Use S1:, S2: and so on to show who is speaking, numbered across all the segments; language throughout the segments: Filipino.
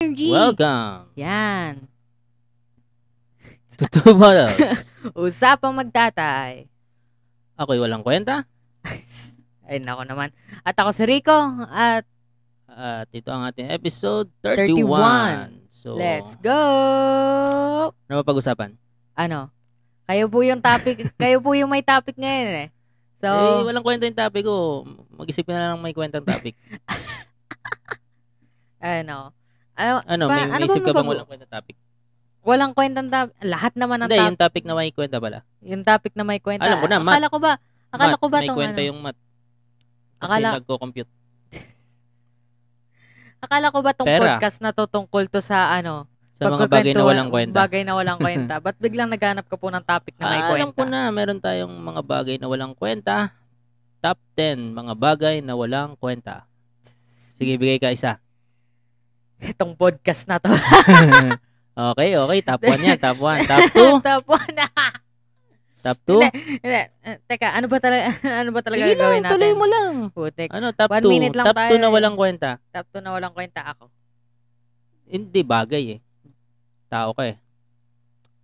S1: Energy.
S2: Welcome
S1: Yan.
S2: to Two Bottles.
S1: Usapang magtatay.
S2: Ako'y walang kwenta
S1: Ay, nako naman. At ako si Rico. At
S2: at ito ang ating episode 31. So,
S1: let's go!
S2: ano mapag-usapan?
S1: Ano? Kayo po yung topic. kayo po yung may topic ngayon eh. So,
S2: eh, walang kwenta yung topic ko. Mag-isip ka na lang may kwentang topic.
S1: ano? Ano,
S2: Ano,
S1: Pa-
S2: may, may
S1: ano ba
S2: isip ka bang
S1: mapag-
S2: walang kwenta topic?
S1: walang kwentang topic. Lahat naman ng
S2: Hindi,
S1: topic.
S2: yung topic na may kwenta pala.
S1: Yung topic na may kwenta.
S2: Alam ko na, Matt.
S1: Akala ko ba? Akala
S2: Math,
S1: ko ba
S2: May
S1: tong
S2: kwenta
S1: ano?
S2: yung math. Kasi
S1: Akala-
S2: nagko-compute.
S1: Akala ko ba tong
S2: Pera.
S1: podcast na to tungkol to sa ano?
S2: Sa mga bagay na
S1: pagkukwentuhan-
S2: walang kwenta.
S1: Bagay na walang kwenta. Ba't biglang naghanap ka po ng topic na may
S2: Ah,
S1: kwenta?
S2: alam ko na, meron tayong mga bagay na walang kwenta. Top 10, mga bagay na walang kwenta. Sige, bigay ka isa.
S1: Itong podcast na to.
S2: Okay, okay. Top 1 yan. Top 1. Top 2.
S1: Tapos na.
S2: Top
S1: Hindi.
S2: 2.
S1: Hindi. Eh, Teka, ano ba talaga ano ba talaga
S2: Sige
S1: gagawin
S2: lang,
S1: natin?
S2: tuloy mo lang.
S1: Putik.
S2: Ano, top
S1: One
S2: 2.
S1: minute lang
S2: top 2
S1: tayo
S2: na
S1: eh.
S2: walang kwenta.
S1: Top 2 na walang kwenta ako.
S2: Hindi, bagay eh. Tao ka eh.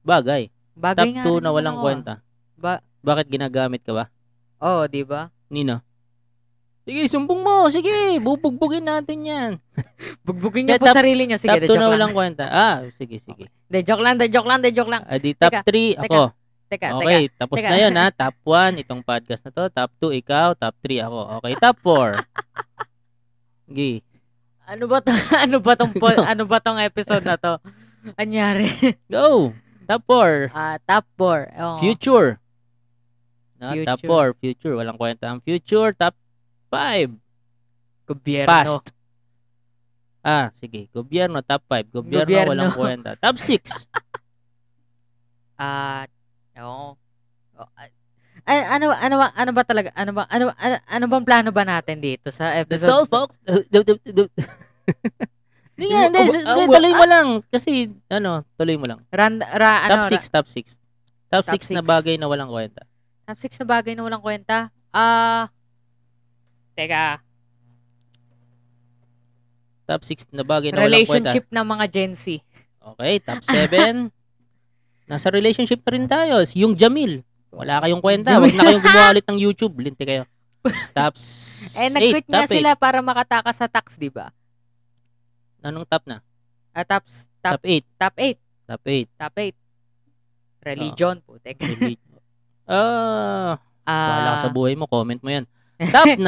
S2: Bagay.
S1: Bagay
S2: Top
S1: nga
S2: 2
S1: rin
S2: na
S1: naman
S2: walang
S1: ako,
S2: kwenta.
S1: ah. Ba
S2: Bakit ginagamit ka ba?
S1: Oo, oh, di ba?
S2: Nino? Sige, sumbong mo. Sige, bubugbugin natin yan.
S1: Bugbugin
S2: niyo
S1: niyo
S2: po
S1: po sarili niyo. Sige, de
S2: top 2
S1: joke
S2: na
S1: lang.
S2: walang kwenta. Ah, sige, sige.
S1: De joke lang, de joke lang, de joke lang.
S2: Ah, di top
S1: Teka,
S2: 3
S1: teka,
S2: ako.
S1: Teka,
S2: okay,
S1: teka.
S2: tapos
S1: teka.
S2: na yun ha. Top 1, itong podcast na to. Top 2, ikaw. Top 3, ako. Okay, top 4. Sige.
S1: Ano ba to? ano ba tong po- ano ba tong episode na to? Anyari.
S2: Go! Top 4.
S1: Ah, top 4. Oo.
S2: Future. Na, Top
S1: Future.
S2: 4. Oh. Future. Walang kwenta ang future. Top 5.
S1: gobyerno.
S2: Past. Ah, sige. Gobyerno. Top 5. Gobyerno,
S1: Gobyerno.
S2: Walang kwenta. Top 6.
S1: Ah, oo. Oh, ah, ano ano ba ano ba talaga ano ba ano ano, ano bang plano ba natin dito sa episode?
S2: That's all, folks. Hindi nga. Hindi.
S1: Abo-
S2: hindi,
S1: abo-
S2: Tuloy mo lang. Kasi, ano, tuloy mo lang.
S1: Ran, ra, ano,
S2: Top 6. Top 6.
S1: Top
S2: Top 6 na
S1: six.
S2: bagay na walang kwenta.
S1: ra- top 6 na bagay na walang kwenta. Ah, teka,
S2: Top 6 na bagay na walang kwenta.
S1: relationship ng mga Gen Z.
S2: Okay, top 7. Nasa relationship na rin tayo. Si Yung Jamil. Wala kayong kwenta. Huwag na kayong gumawa ulit ng YouTube. Linti kayo. Top 8.
S1: Eh, nag-quit nga
S2: top eight.
S1: sila para makatakas sa tax, di ba?
S2: Anong top na?
S1: Ah, top, s- top,
S2: Top 8.
S1: top 8.
S2: Top 8.
S1: Top 8. Religion, putek.
S2: Really. Ah, Oh. bahala ka
S1: Ah,
S2: sa buhay mo. Comment mo yan. Top 9.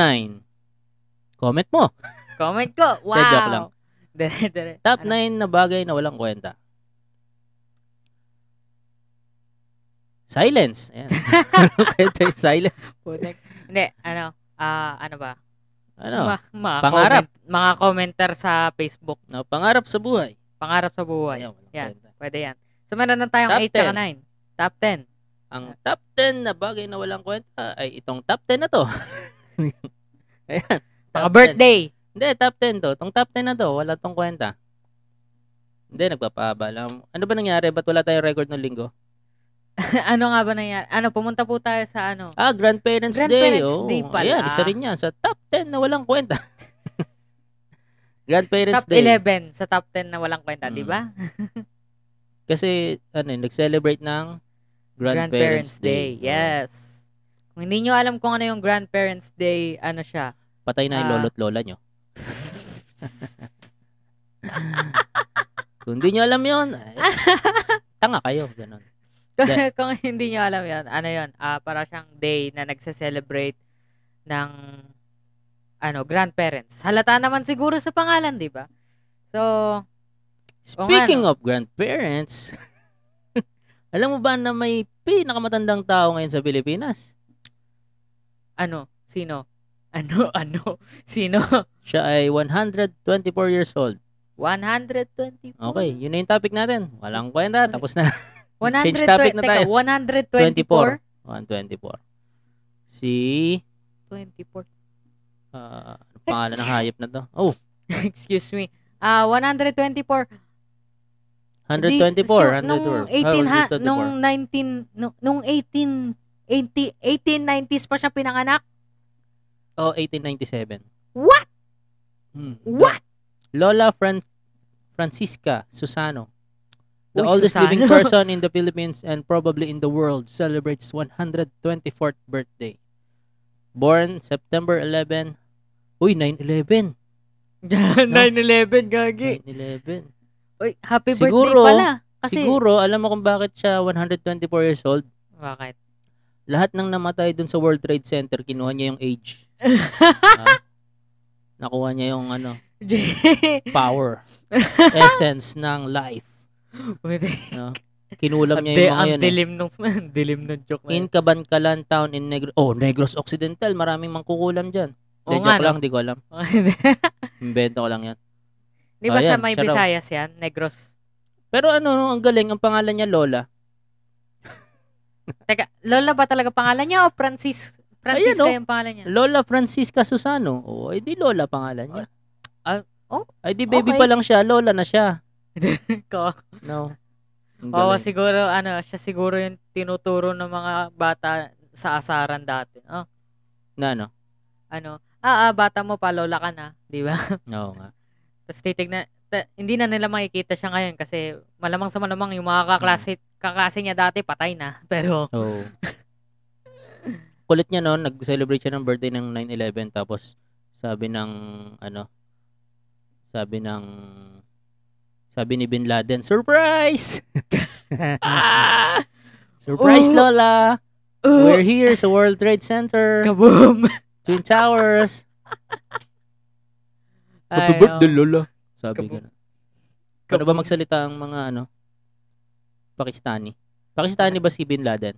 S2: Comment mo.
S1: comment ko. Wow.
S2: Hindi, joke lang.
S1: Dere, dere.
S2: Top
S1: Ano?
S2: 9 na bagay na walang kwenta. Silence. Ayan. Kwenta yung silence.
S1: Putek. Hindi, ano, ah, ano ba?
S2: Ano?
S1: Ma- mga
S2: Pangarap.
S1: comment- mga commenter sa Facebook.
S2: No, pangarap sa buhay.
S1: Pangarap sa buhay.
S2: Ayan, walang
S1: Yan.
S2: kwenta.
S1: Pwede yan. So, meron na tayong
S2: Top
S1: 8 at 9.
S2: 10.
S1: Top 10.
S2: Ang top 10 na bagay na walang kwenta ay itong top 10 na to. Ayan.
S1: Mga
S2: Top 10.
S1: birthday.
S2: Hindi, top 10 to. Itong top 10 na to, wala tong kwenta. Hindi, nagpapahaba lang. Ano ba nangyari? Ba't wala tayong record ng linggo?
S1: ano nga ba nangyari? Ano, pumunta po tayo sa ano?
S2: Ah, Grandparents, Day.
S1: Grandparents
S2: oh.
S1: Day pala.
S2: Ayan, isa rin yan. Sa top 10 na walang kwenta. Grandparents
S1: top
S2: Day.
S1: 11 sa top 10 na walang kwenta, diba?
S2: Mm.
S1: di ba?
S2: Kasi, ano, yun, nag-celebrate ng
S1: Grandparents, Day. Yes. Kung hindi nyo alam kung ano yung Grandparents Day, ano siya?
S2: Patay na yung
S1: Ah.
S2: lolo't lola nyo. Kung hindi nyo alam yun, eh, tanga kayo. Ganon.
S1: kung,
S2: Yeah.
S1: kung hindi nyo alam yon ano yon ah para siyang day na nagse-celebrate ng ano, grandparents. Halata naman siguro sa pangalan, di ba? So, O nga,
S2: Speaking
S1: no?
S2: of grandparents, alam mo ba na may pinakamatandang tao ngayon sa Pilipinas?
S1: ano, sino? Ano, ano, sino?
S2: Siya ay 124 years old.
S1: 124.
S2: Okay, yun na yung topic natin. Walang kwenta, tapos na.
S1: 100,
S2: Change topic na
S1: teka,
S2: tayo.
S1: 124.
S2: 124. Si,
S1: 24.
S2: ah, ano pangalan ng hayop na to? Oh,
S1: Excuse me. Ah, 124.
S2: 124.
S1: Di- so, nung 18 ha,
S2: 124. Ah, 124.
S1: nung 19 nung, nung 18 80 1890s pa siya pinanganak.
S2: o 1897?
S1: What?
S2: Oh, Hmm.
S1: What?
S2: Lola Fran- Francisca Susano, the
S1: Uy,
S2: oldest
S1: Susano.
S2: living person in the Philippines and probably in the world, celebrates 124th birthday. Born September 11. Uy, 9-11.
S1: 9-11, gagi.
S2: 9-11
S1: Uy, happy
S2: Mm. Siguro,
S1: birthday pala. Kasi,
S2: Siguro, alam mo kung bakit siya 124 years old?
S1: Bakit?
S2: Lahat ng namatay dun sa World Trade Center, kinuha niya yung age. Ah. nakuha niya yung ano, power, essence ng life. No? Kinulam niya yung mga
S1: ang
S2: yun. eh.
S1: dilim nung ang dilim nung joke na yun.
S2: In Cabancalan Town in Negros. Oh, Negros Occidental. Maraming mangkukulam dyan.
S1: Oo
S2: Hindi,
S1: nga,
S2: joke
S1: no?
S2: lang. Di ko alam. Invento ko lang yan.
S1: Di ba sa
S2: Ayan,
S1: may
S2: siya raw.
S1: Visayas yan? Negros.
S2: Pero ano, no, ang galing. Ang pangalan niya, Lola.
S1: Teka, Lola ba talaga pangalan niya o Francis? Francisca
S2: Ayan, oh.
S1: yung pangalan niya?
S2: Lola Francisca Susano. Oh, ay di Lola pangalan niya.
S1: Ah, oh,
S2: Ay di baby
S1: okay.
S2: pa lang siya. Lola na siya.
S1: Ko.
S2: No. Ang
S1: Oo,
S2: galing.
S1: siguro, ano, siya siguro yung tinuturo ng mga bata sa asaran dati. Oh,
S2: Na ano?
S1: ano, ah, ah, bata mo pa, lola ka na. Di ba?
S2: Oo nga.
S1: Tapos titignan, ta- hindi na nila makikita siya ngayon kasi malamang sa malamang yung mga
S2: Mm.
S1: kaklase, kaklase niya dati patay na. Pero,
S2: Oo. Kulit niya noon, nag-celebrate siya ng birthday ng 9-11 tapos sabi ng ano sabi ng sabi ni Bin Laden, surprise!
S1: ah!
S2: surprise
S1: Oh!
S2: Lola!
S1: Uh,
S2: We're here sa World Trade Center,
S1: kaboom!
S2: Twin Towers.
S1: Ay, oh.
S2: Lola. Sabi
S1: Kabu-
S2: ganun. Ano ba
S1: Kabu-
S2: magsalita ang mga ano? Pakistani. Pakistani ba si Bin Laden?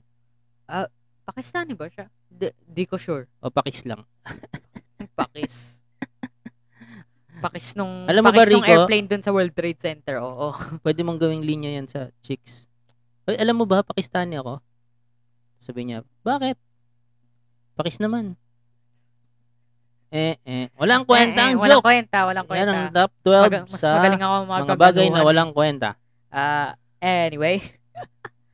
S1: Pakistani ano ba siya? Di, di ko sure.
S2: O Pakis lang?
S1: Pakis. Pakis nung,
S2: Alam mo
S1: pakis
S2: ba,
S1: nung
S2: Rico?
S1: airplane dun sa World Trade Center. Oo.
S2: Pwede mong gawing linya yan sa chicks. Ay, alam mo ba, Pakistani ako? Sabi niya, bakit? Pakis naman. Eh, eh. Walang kwenta
S1: Eh, eh,
S2: ang joke.
S1: Walang kwenta, walang
S2: Yan
S1: kwenta.
S2: ang top
S1: Mas
S2: 12
S1: maga- mas
S2: sa
S1: magaling ako
S2: mga bagay na
S1: mapagbaguhan.
S2: walang kwenta.
S1: Ah, anyway.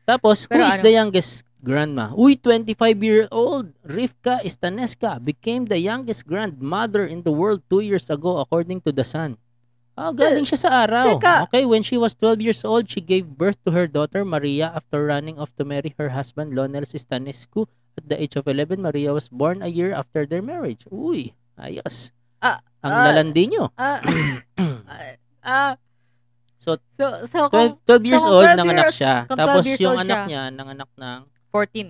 S2: Tapos,
S1: Pero
S2: who is
S1: ano-
S2: the youngest grandma? Uy, 25-year-old Rivka Istaneska became the youngest grandmother in the world two years ago according to The Sun. Ah, galing siya sa araw.
S1: Teka.
S2: Okay, when she was 12 years old, she gave birth to her daughter Maria after running off to marry her husband Lionel Stanescu at the age of 11. Maria was born a year after their marriage. Uy, ayos.
S1: Ah,
S2: Ang
S1: ah.
S2: lalandi nyo.
S1: Ah, ah, ah,
S2: So,
S1: so, so kung
S2: 12, 12 years
S1: so kung
S2: old,
S1: 12
S2: nanganak
S1: years-
S2: siya.
S1: kung
S2: Tapos
S1: 12 years
S2: yung
S1: old
S2: anak
S1: siya.
S2: niya, nanganak ng,
S1: 14,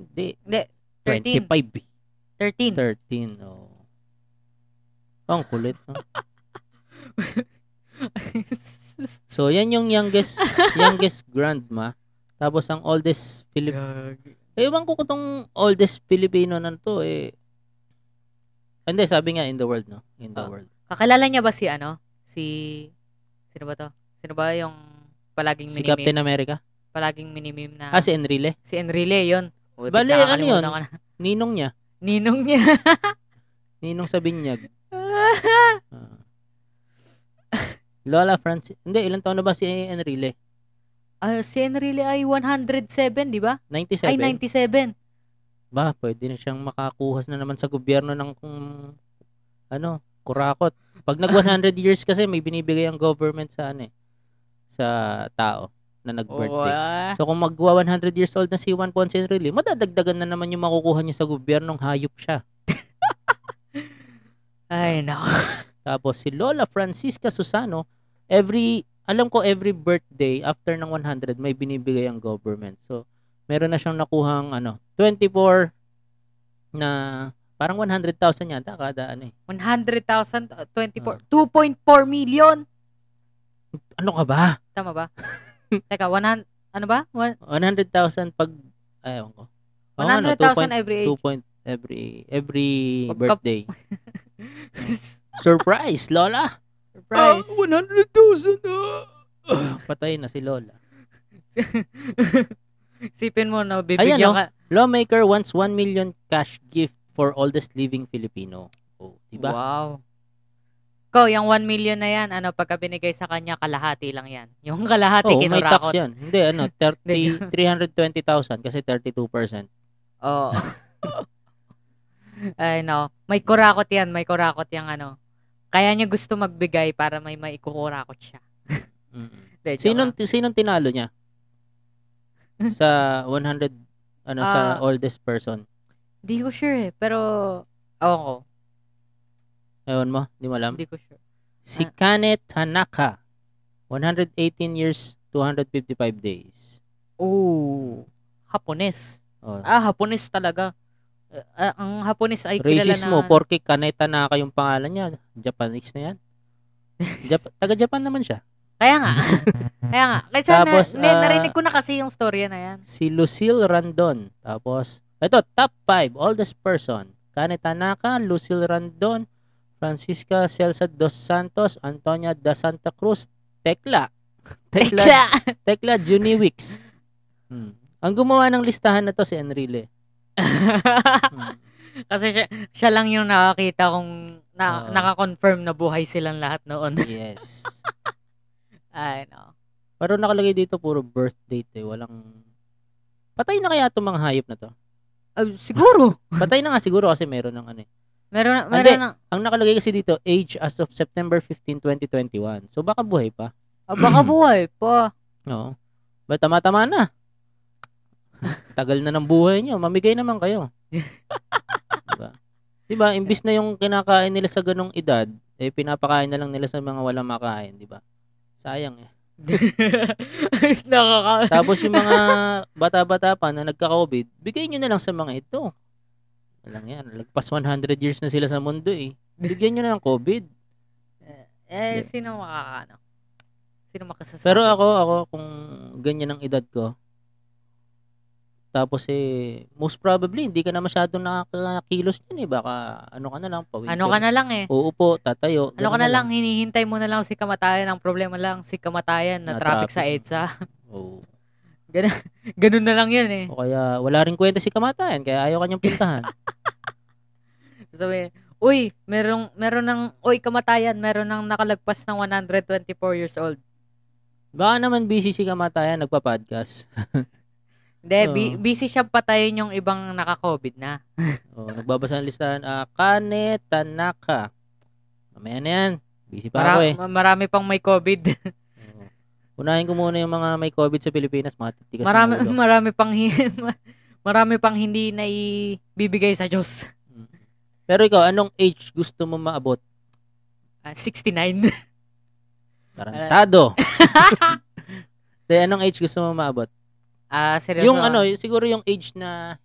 S2: hindi,
S1: hindi, 13,
S2: 25.
S1: 13.
S2: 13, oh. Ang kulit, no? So, yan yung youngest, youngest grandma. Tapos, ang oldest Filipino.
S1: Gag-
S2: Eh, ewan ko kung tong oldest Filipino na to, eh. Hindi, sabi nga, in the world, no? In
S1: Ah.
S2: the world.
S1: Kakilala niya ba si ano? Si, sino ba to? Sino ba yung palaging
S2: Si
S1: minimim?
S2: Captain America?
S1: Palaging minimim na,
S2: Ah, si Enrile?
S1: si Enrile yun. O,
S2: Bale,
S1: bigla
S2: ano yun?
S1: nakakalimutan ko na.
S2: Ninong niya.
S1: Ninong niya.
S2: Ninong sa binyag. Ah. Lola Francis. Hindi, ilang taon na ba si Enrile?
S1: Ah, si Enrile ay 107, di ba?
S2: 97?
S1: Ay, 97.
S2: ba, pwede na siyang makakuhas na naman sa gobyerno ng kung ano, kurakot. Pag nag 100 years kasi may binibigay ang government sa ano eh, sa tao na
S1: Oo,
S2: nag-birthday.
S1: ah.
S2: So kung magwa 100 years old na si Juan Ponce Enrile, madadagdagan na naman yung makukuha niya sa gobyernong hayop siya.
S1: Ay, nako.
S2: Tapos si Lola Francisca Susano, every alam ko every birthday after ng 100 may binibigay ang government. So meron na siyang nakuhang ano, 24 na parang 100,000 yata kada ano eh.
S1: 100,000, uh,
S2: Ah.
S1: 24, 2.4 million.
S2: Ano ka ba?
S1: Tama ba? Teka, 100, ano ba? One-
S2: 100,000 pag ayaw ko. Oo nga, no,
S1: 100,000 every age.
S2: 2.2 Oh, ano, point every every
S1: Pagka-
S2: birthday. Surprise, Lola.
S1: Surprise.
S2: Oh, Ah, 100,000. ah! Patay na si Lola.
S1: Sipin mo, no? Bibigyan
S2: Ayan, no?
S1: ka.
S2: Lawmaker wants 1 million cash gift for oldest living Filipino. Oh, diba?
S1: Wow. Ko, yung 1 million na yan, ano, pagka binigay sa kanya, kalahati lang yan. Yung kalahati
S2: Oh, may
S1: kinurakot.
S2: tax yan. Hindi, ano, 30,
S1: Medyo-
S2: 320,000 kasi 32%.
S1: Oo. Ay, no. May kurakot yan. May kurakot yung ano. Kaya niya gusto magbigay para may maikukurakot siya.
S2: Mm-mm.
S1: De, joke
S2: Sinong,
S1: lang.
S2: sinong tinalo niya? sa 100, ano,
S1: Ah.
S2: sa oldest person.
S1: Di ko sure eh. Pero, oo ko.
S2: Ewan mo, di mo alam.
S1: Hindi ko sure.
S2: Si
S1: Ah.
S2: Kane Tanaka, 118 years, 255 days.
S1: Ooh. Hapones.
S2: Oh.
S1: Ah, Hapones talaga. Eh, ah, ang Hapones ay kilala
S2: Racist
S1: na...
S2: mo, porke Kane Tanaka yung pangalan niya. Japanese na yan. Jap- Taga-Japan naman siya.
S1: Kaya nga. Kaya nga. Kaysa
S2: Tapos,
S1: na, na-
S2: ah,
S1: narinig ko na kasi yung storya na yan.
S2: Si Lucille Randon. Tapos, ito, top 5, oldest person. Kane Tanaka, Lucille Randon, Francisca Celsa dos Santos, Antonia da Santa Cruz, Tekla. Tekla, Tekla Juniwix. Hmm. Ang gumawa ng listahan na to si Enrile. Hmm.
S1: kasi siya, siya lang yung nakakita kung na,
S2: Oo.
S1: nakakonfirm na buhay silang lahat noon.
S2: Yes.
S1: Ay, no.
S2: Pero nakalagay dito puro birth date eh. Walang... Patay na kaya itong mga hayop na to?
S1: Ay, siguro.
S2: Patay na nga siguro kasi meron ng ano eh.
S1: Meron,
S2: Hindi.
S1: meron na.
S2: Ang nakalagay kasi dito, age as of September 15, 2021. So baka buhay pa.
S1: Ah, baka buhay pa.
S2: Oo. But tama-tama na. Tagal na ng buhay niyo. Mamigay naman kayo. diba? Diba, imbis na yung kinakain nila sa ganong edad, eh pinapakain na lang nila sa mga walang makain, diba? Sayang eh.
S1: Nakaka-
S2: Tapos yung mga bata-bata pa na nagka-COVID, bigay nyo na lang sa mga ito. Walang yan. Lagpas 100 years na sila sa mundo eh. Bigyan nyo na ng COVID.
S1: eh, sino makakaano? Sino makasasabi?
S2: Pero ako, ako, kung ganyan ang edad ko, tapos eh, most probably, hindi ka na masyadong nakakilos yun eh. Baka ano ka na lang, pawid
S1: ano ka na lang eh.
S2: Uupo, tatayo.
S1: Ano
S2: ganun
S1: ka na lang, hinihintay mo na lang si kamatayan. Ang problema lang, si kamatayan na,
S2: Na
S1: traffic, sa
S2: traffic.
S1: EDSA.
S2: Oo.
S1: Ganun na lang yun eh.
S2: O kaya, wala rin kwenta si kamatayan, kaya ayaw kanyang puntahan.
S1: Sabi, uy, merong, meron ng, uy, kamatayan, meron ng nakalagpas ng 124 years old.
S2: Baka naman busy si kamatayan, nagpa-podcast.
S1: Hindi,
S2: Oo.
S1: bu- busy siyang patayin yung ibang naka-COVID na.
S2: Oh, nagbabasa ng listahan. Ah, Kane Tanaka. Mamaya na yan. Busy pa ako
S1: Mara-
S2: eh.
S1: ma- marami pang may COVID.
S2: Oo. Unahin ko muna yung mga may COVID sa Pilipinas. Mga titigas ng
S1: marami,
S2: ulo.
S1: marami pang, hi- marami pang hindi na ibibigay sa Diyos.
S2: Mm. Pero ikaw, anong age gusto mo maabot?
S1: Ah, 69.
S2: Tarantado. De, anong age gusto mo maabot?
S1: Ah, seryoso.
S2: Yung ano, y- siguro yung age na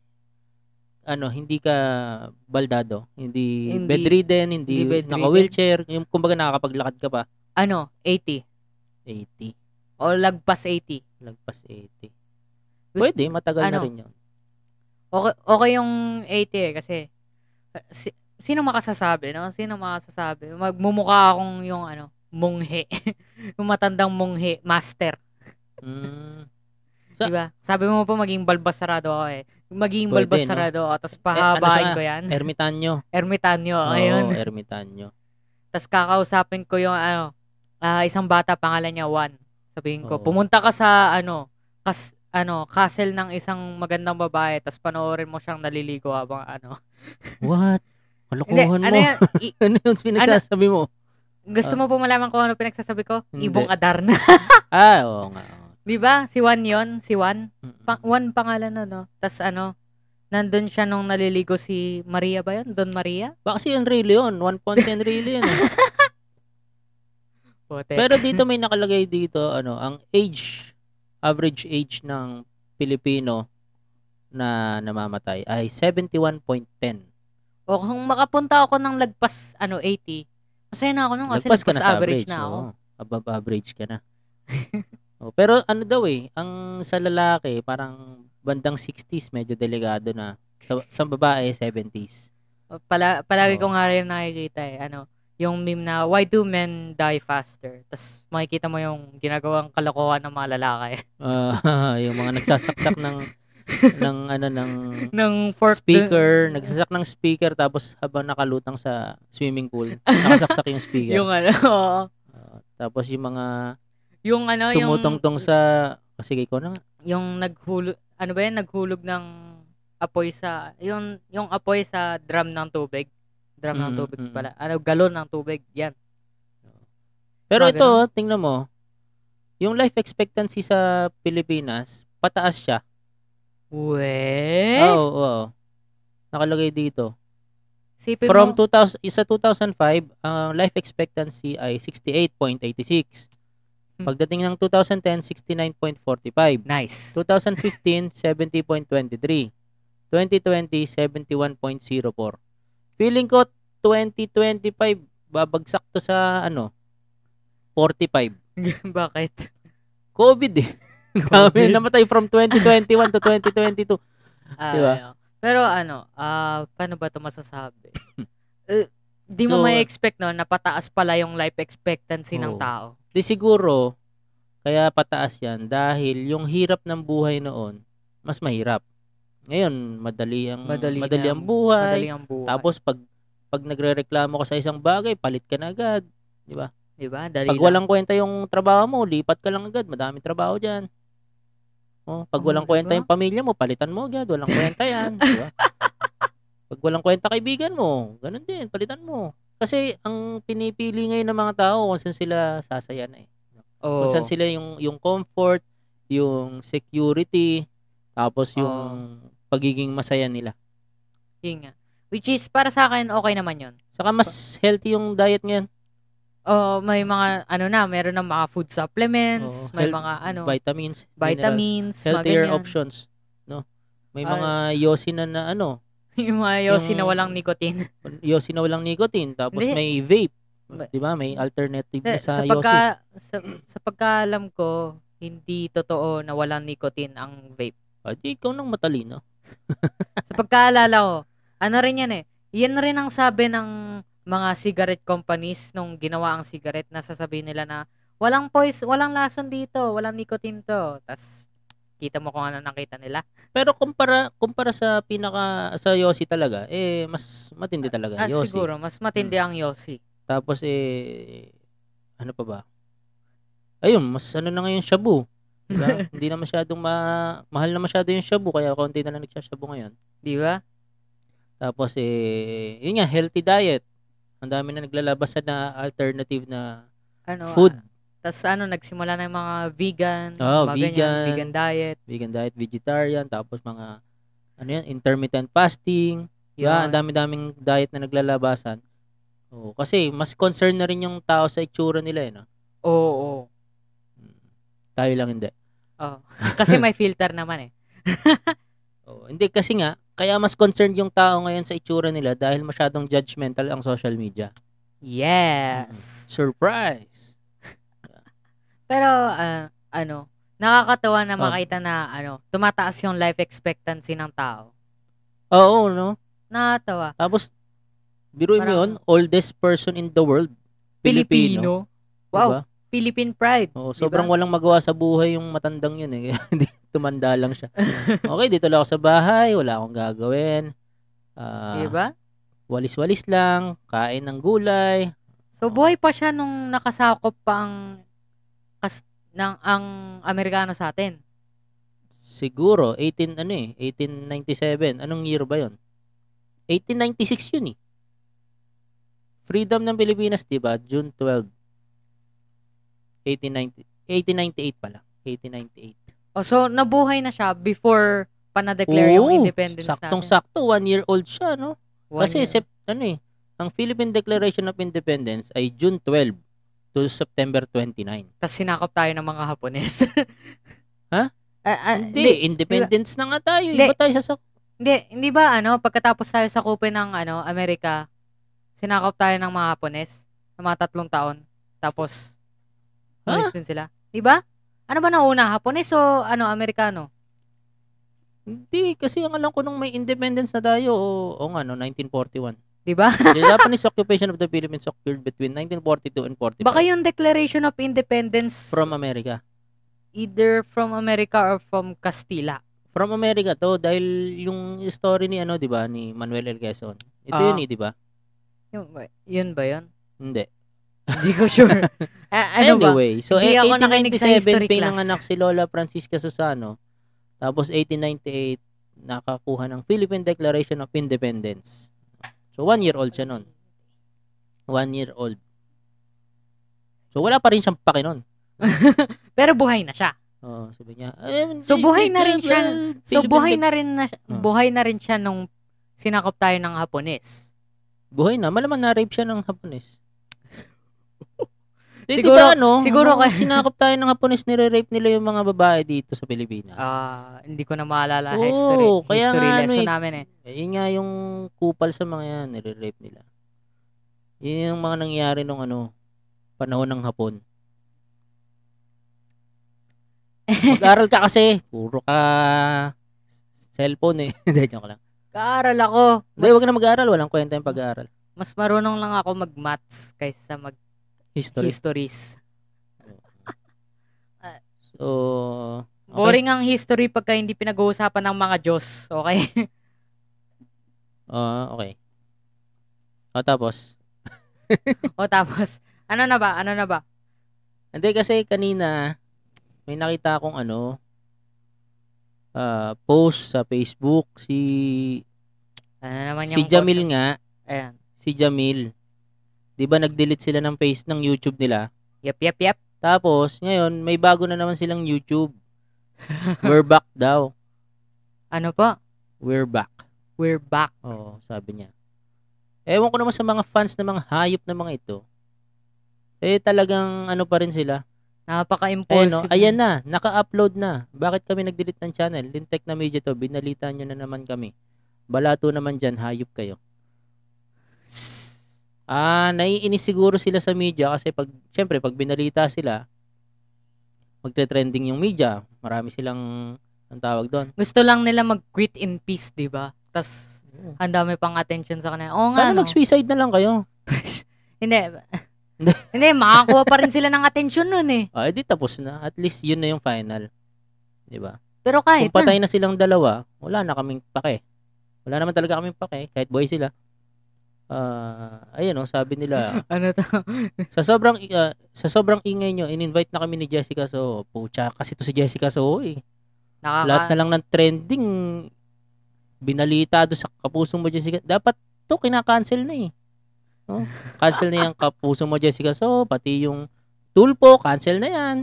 S2: ano, hindi ka baldado, hindi,
S1: Hindi-
S2: bedridden, hindi,
S1: hindi bedridden.
S2: naka-wheelchair, yung kumbaga nakakapaglakad ka pa,
S1: Ano, 80.
S2: 80,
S1: O lagpas 80.
S2: lagpas 80.
S1: Gusto-
S2: Pwede, matagal na
S1: ano?
S2: rin yun.
S1: Okay, okay yung 80 eh, kasi uh, si, sino makasasabi, no? Sino makasasabi? Magmumukha akong yung ano, munghe. yung matandang munghe, master.
S2: Mm.
S1: Di
S2: Ta-
S1: ba? Sabi mo pa maging balbasarado ako eh. Maging
S2: Pwede,
S1: balbasarado ako, tapos
S2: Eh,
S1: pahabain
S2: ano siya?
S1: ko yan.
S2: Ermitanyo.
S1: Ermitanyo,
S2: Oo,
S1: ayun.
S2: ermitanyo.
S1: Tapos kakausapin ko yung ano, ah, isang bata, pangalan niya Juan. Sabihin ko,
S2: Oo.
S1: pumunta ka sa ano, kas, ano, castle ng isang magandang babae, tapos panoorin mo siyang naliligo habang ano.
S2: What?
S1: Hindi,
S2: Kalokohan
S1: ano
S2: mo.
S1: yan, i-
S2: ano yung pinagsasabi mo?
S1: Gusto
S2: Ah.
S1: mo po malaman kung ano pinagsasabi ko?
S2: Hindi.
S1: Ibong Adarna.
S2: Ah, oo nga. oo.
S1: 'Di ba? Si Juan 'yon, si Juan.
S2: Mm-mm.
S1: Pa- Juan pangalan no, no. Tas ano, nandun siya nung naliligo si Maria ba 'yon? Don Maria?
S2: Baka si Enrile yun. One point si Enrile yun. eh.
S1: Pote.
S2: Pero dito may nakalagay dito, ano, ang age, average age ng Pilipino na namamatay ay 71.10.
S1: o oh, kung makapunta ako ng lagpas ano 80, masaya na ako nung kasi
S2: Lagpas
S1: lagpas,
S2: ka na sa average,
S1: na ako.
S2: oo. above average ka na. oh, pero ano daw eh, ang sa lalaki, parang bandang 60s, medyo delikado na. Sa, sa babae, 70s.
S1: O, Pala, palagi
S2: Oo.
S1: ko nga rin nakikita eh. Ano, yung meme na why do men die faster? Tapos makikita mo yung ginagawang kalokohan ng mga lalaki.
S2: Ah, yung mga nagsasaksak ng ng ano ng
S1: ng fork
S2: speaker, nagsasak ng speaker tapos habang nakalutang sa swimming pool, nakasaksak yung speaker.
S1: Yung ano, oo.
S2: Ah, tapos yung mga
S1: yung ano, yung
S2: tumutungtong sa oh, sige ko na nga.
S1: yung naghulog, ano ba yan, naghulog ng apoy sa yung yung apoy sa drum ng tubig. Drum ng
S2: Mm,
S1: tubig
S2: mm.
S1: pala. Ano galon ng tubig. Yan.
S2: Pero
S1: Mga
S2: ito, tingnan mo, yung life expectancy sa Pilipinas, pataas siya. Oh.
S1: We.
S2: Oo, oo, oo. Nakalagay dito.
S1: Sipin
S2: From
S1: mo,
S2: 2000, sa 2005, ang life expectancy ay 68.86.
S1: Hmm.
S2: Pagdating ng 2010, 69.45.
S1: nice.
S2: 2015, 70.23. 2020, 71.04. Feeling ko 2025 babagsak to sa ano 45.
S1: Bakit?
S2: COVID eh. Dami namatay from 2021 to 2022.
S1: Ah,
S2: Diba?
S1: ayun. Pero ano, ah paano ba 'to masasabi? Eh, di mo
S2: So, Oh.
S1: may expect no, napataas pala yung life expectancy ng
S2: Oo.
S1: tao.
S2: Di siguro kaya pataas 'yan dahil yung hirap ng buhay noon mas mahirap. Ngayon, madali ang madali,
S1: Madali na-
S2: ang buhay.
S1: Madali ang buhay.
S2: Tapos pag pag nagrereklamo ka sa isang bagay, palit ka na agad.
S1: di ba? Dali
S2: Pag
S1: lang.
S2: walang kwenta yung trabaho mo, lipat ka lang agad. Madami trabaho dyan. Oh, pag
S1: Oo,
S2: walang
S1: diba?
S2: kwenta yung pamilya mo, palitan mo agad. Walang kwenta yan. diba? Pag walang kwenta kaibigan mo, ganun din, palitan mo. Kasi ang pinipili ngayon ng mga tao kung saan sila sasaya na eh.
S1: Oo.
S2: Kung
S1: Oh.
S2: saan sila yung, yung comfort, yung security, tapos yung
S1: Oh.
S2: pagiging masaya nila.
S1: Yun nga. Which is, para sa akin, okay naman yun.
S2: Saka mas healthy yung diet ngayon.
S1: Oh, may mga, ano na, meron ng mga food supplements,
S2: Oo,
S1: may
S2: Oh, health-
S1: mga, ano,
S2: Vitamins, minerals.
S1: vitamins, mga
S2: healthier
S1: ganyan.
S2: options, no? May
S1: Ah.
S2: mga yosi na na ano,
S1: Yung mga yosi na
S2: Yung-
S1: walang nicotine.
S2: yosi na walang nicotine, tapos
S1: Hindi.
S2: may vape.
S1: Ba-
S2: 'Di ba? May alternative na sa,
S1: sa,
S2: yosi.
S1: pagka, sa, sa pagkaalam ko, hindi totoo na walang nicotine ang vape.
S2: Ah, di ikaw nang matalino.
S1: Sa pagkaalala ko, ano rin yan eh, yan rin ang sabi ng mga cigarette companies nung ginawa ang cigarette na sasabihin nila na walang poison, walang lason dito, walang nicotine to. Tapos, kita mo kung ano nakita nila.
S2: Pero kumpara kumpara sa pinaka sa yosi talaga, eh mas matindi talaga
S1: Ah,
S2: yosi.
S1: siguro, mas matindi
S2: Hmm.
S1: ang Yossi.
S2: Tapos eh ano pa ba? Ayun, mas ano na ngayon shabu. Diba? Hindi na masyadong ma- mahal na masyado yung shabu kaya konti na lang nagsashabu ngayon.
S1: Di ba?
S2: Tapos, eh, yun nga, healthy diet. Ang dami na naglalabas na alternative na
S1: Ano,
S2: food.
S1: Tapos ano, nagsimula na yung mga vegan,
S2: Oo,
S1: mga
S2: vegan.
S1: Ganyan, vegan diet.
S2: Vegan diet, vegetarian, tapos mga, ano yan, intermittent fasting.
S1: Yun.
S2: Yeah, ang dami-daming diet na naglalabasan. Oo, kasi mas concerned na rin yung tao sa itsura nila, eh, no?
S1: Oo, oo.
S2: Mm. Tayo lang hindi.
S1: Oo. Kasi may filter naman eh.
S2: Hmm. Oo, Oh, hindi, kasi nga, kaya mas concerned yung tao ngayon sa itsura nila dahil masyadong judgmental ang social media.
S1: Yes.
S2: Surprise!
S1: Pero ah, ano, nakakatawa na
S2: Oh.
S1: makita na ano, tumataas yung life expectancy ng tao.
S2: Oo, no?
S1: Nakatawa.
S2: Tapos, biruin mo
S1: Parang-
S2: yun, oldest person in the world, Pilipino.
S1: Wow,
S2: Diba?
S1: Philippine pride.
S2: Oo, sobrang walang magawa sa buhay yung matandang yun eh. Kaya di- Tumanda lang siya. Okay, dito lang ako sa bahay, wala akong gagawin. Ah,
S1: Di ba?
S2: Walis-walis lang, kain ng gulay.
S1: So
S2: Oo.
S1: buhay pa siya nung nakasakop pa ang kas, ng ang Amerikano sa atin.
S2: Siguro 18 ano eh, 1897. Anong year ba 'yon? 1896 yun eh. Freedom ng Pilipinas, 'di ba? June 12. 1890 1898 pala. 1898.
S1: O so nabuhay na siya before pa na-declare yung
S2: Oo,
S1: independence natin.
S2: Oh, Saktong-sakto, one year old siya, no?
S1: One
S2: Kasi,
S1: year.
S2: sep- ano eh, ang Philippine Declaration of Independence ay June 12 to September 29.
S1: Tapos sinakop tayo ng mga Hapones.
S2: Ha?
S1: Ah, ah,
S2: hindi,
S1: hindi.
S2: independence na nga tayo.
S1: Hindi.
S2: Iba tayo sa...
S1: Hindi, hindi ba ano, pagkatapos tayo sa ng ano, Amerika, sinakop tayo ng mga Hapones ng mga tatlong taon. Tapos,
S2: Ha?
S1: umalis din sila. Di ba? Ano ba nauna, Hapones o ano, Amerikano?
S2: Hindi, kasi ang alam ko nung may independence na tayo, o, o nga, no, 1941.
S1: Di ba?
S2: The Japanese occupation of the Philippines occurred between 1942 and 45
S1: Baka yung Declaration of Independence
S2: from America.
S1: either from America or from Castilla.
S2: From America to dahil yung story ni ano, 'di ba, ni Manuel El Quezon. Ito
S1: Ah.
S2: yun eh, 'di ba?
S1: Yun ba, yun? Ba yun?
S2: Hindi.
S1: hindi ko sure. Ah, ano ba?
S2: anyway, so
S1: Hindi
S2: eh,
S1: ako nakinig sa history class.
S2: 1897 pinanganak si Lola Francisca Susano. Tapos 1898 nakakuha ng Philippine Declaration of Independence. So, one year old siya nun. One year old. So, wala pa rin siyang pake nun.
S1: Pero buhay na siya.
S2: Oo, sabi niya. "Eh,
S1: So, buhay na rin siya.
S2: well,
S1: So
S2: Philippine
S1: buhay
S2: Dec-
S1: na rin na siya-
S2: Ah.
S1: buhay na rin siya nung sinakop tayo ng Hapones.
S2: Buhay na. Malamang na-rape siya ng Hapones. Eh, di
S1: Siguro-
S2: ba, ano,
S1: siguro
S2: ano,
S1: kasi-
S2: sinakop tayo ng Hapones, nire-rape nila yung mga babae dito sa Pilipinas.
S1: Ah, hindi ko na maalala
S2: Oo,
S1: history.
S2: kaya
S1: history
S2: nga ano
S1: lesson
S2: eh.
S1: namin eh.
S2: Eh, yun nga yung kupal sa mga yan, nire-rape nila. Yun yung mga nangyari nung ano, panahon ng hapon. Mag-aral ka kasi, puro ka cellphone eh. Hindi, joke lang.
S1: Kaaral ako.
S2: Hindi, huwag ka na mag-aral, walang kwenta yung pag-aaral.
S1: mas marunong lang ako mag-maths kaysa
S2: History.
S1: mag-histories.
S2: So, Okay.
S1: Boring ang history pagka hindi pinag-uusapan ng mga Diyos. Okay?
S2: ah okay. O tapos,
S1: o tapos, ano na ba? Ano na ba?
S2: Hindi kasi kanina may nakita akong ano ah, post sa Facebook si
S1: Ano naman
S2: si
S1: yung
S2: Jamil
S1: question?
S2: nga,
S1: Ayan.
S2: si Jamil. 'Di ba nag-delete sila ng face ng YouTube nila?
S1: Yep, yep, yep.
S2: Tapos ngayon may bago na naman silang YouTube. We're back daw.
S1: Ano po?
S2: We're back.
S1: We're back.
S2: Oo, sabi niya. Ewan ko naman sa mga fans ng mga hayop na mga ito. Eh talagang ano pa rin sila. Ayun, no?
S1: Napaka-impulsive.
S2: ayan na, naka-upload na. Bakit kami nag-delete ng channel? Lintek na media to, binalita nyo na naman kami. Balato naman dyan, hayop kayo. Ah, naiinis siguro sila sa media kasi pag, syempre, pag binalita sila, magte-trending yung media. Marami silang, ang tawag doon.
S1: Gusto lang nila mag-quit in peace, di ba? Tapos,
S2: Oo.
S1: ang dami pang attention sa kanila. Oo nga,
S2: Sana
S1: no?
S2: mag-suicide na lang kayo.
S1: Hindi. Hindi, makakuha pa rin sila ng attention nun eh.
S2: Ah, edi tapos na. At least yun na yung final. Di ba?
S1: Pero kahit
S2: Kung patay na silang dalawa, wala na kaming pake. Wala naman talaga kaming pake, kahit boy sila. Ah, ayun oh, sabi nila,
S1: na. Ano to?
S2: sa sobrang ah, sa sobrang ingay nyo, in-invite na kami ni Jessica So, pucha kasi to si Jessica So, eh.
S1: Nakaka-
S2: Lahat na lang ng trending binalita do sa kapuso mo Jessica. Dapat to kinakancel na eh. No? Cancel na yung kapuso mo Jessica So, pati yung tulpo, cancel na yan.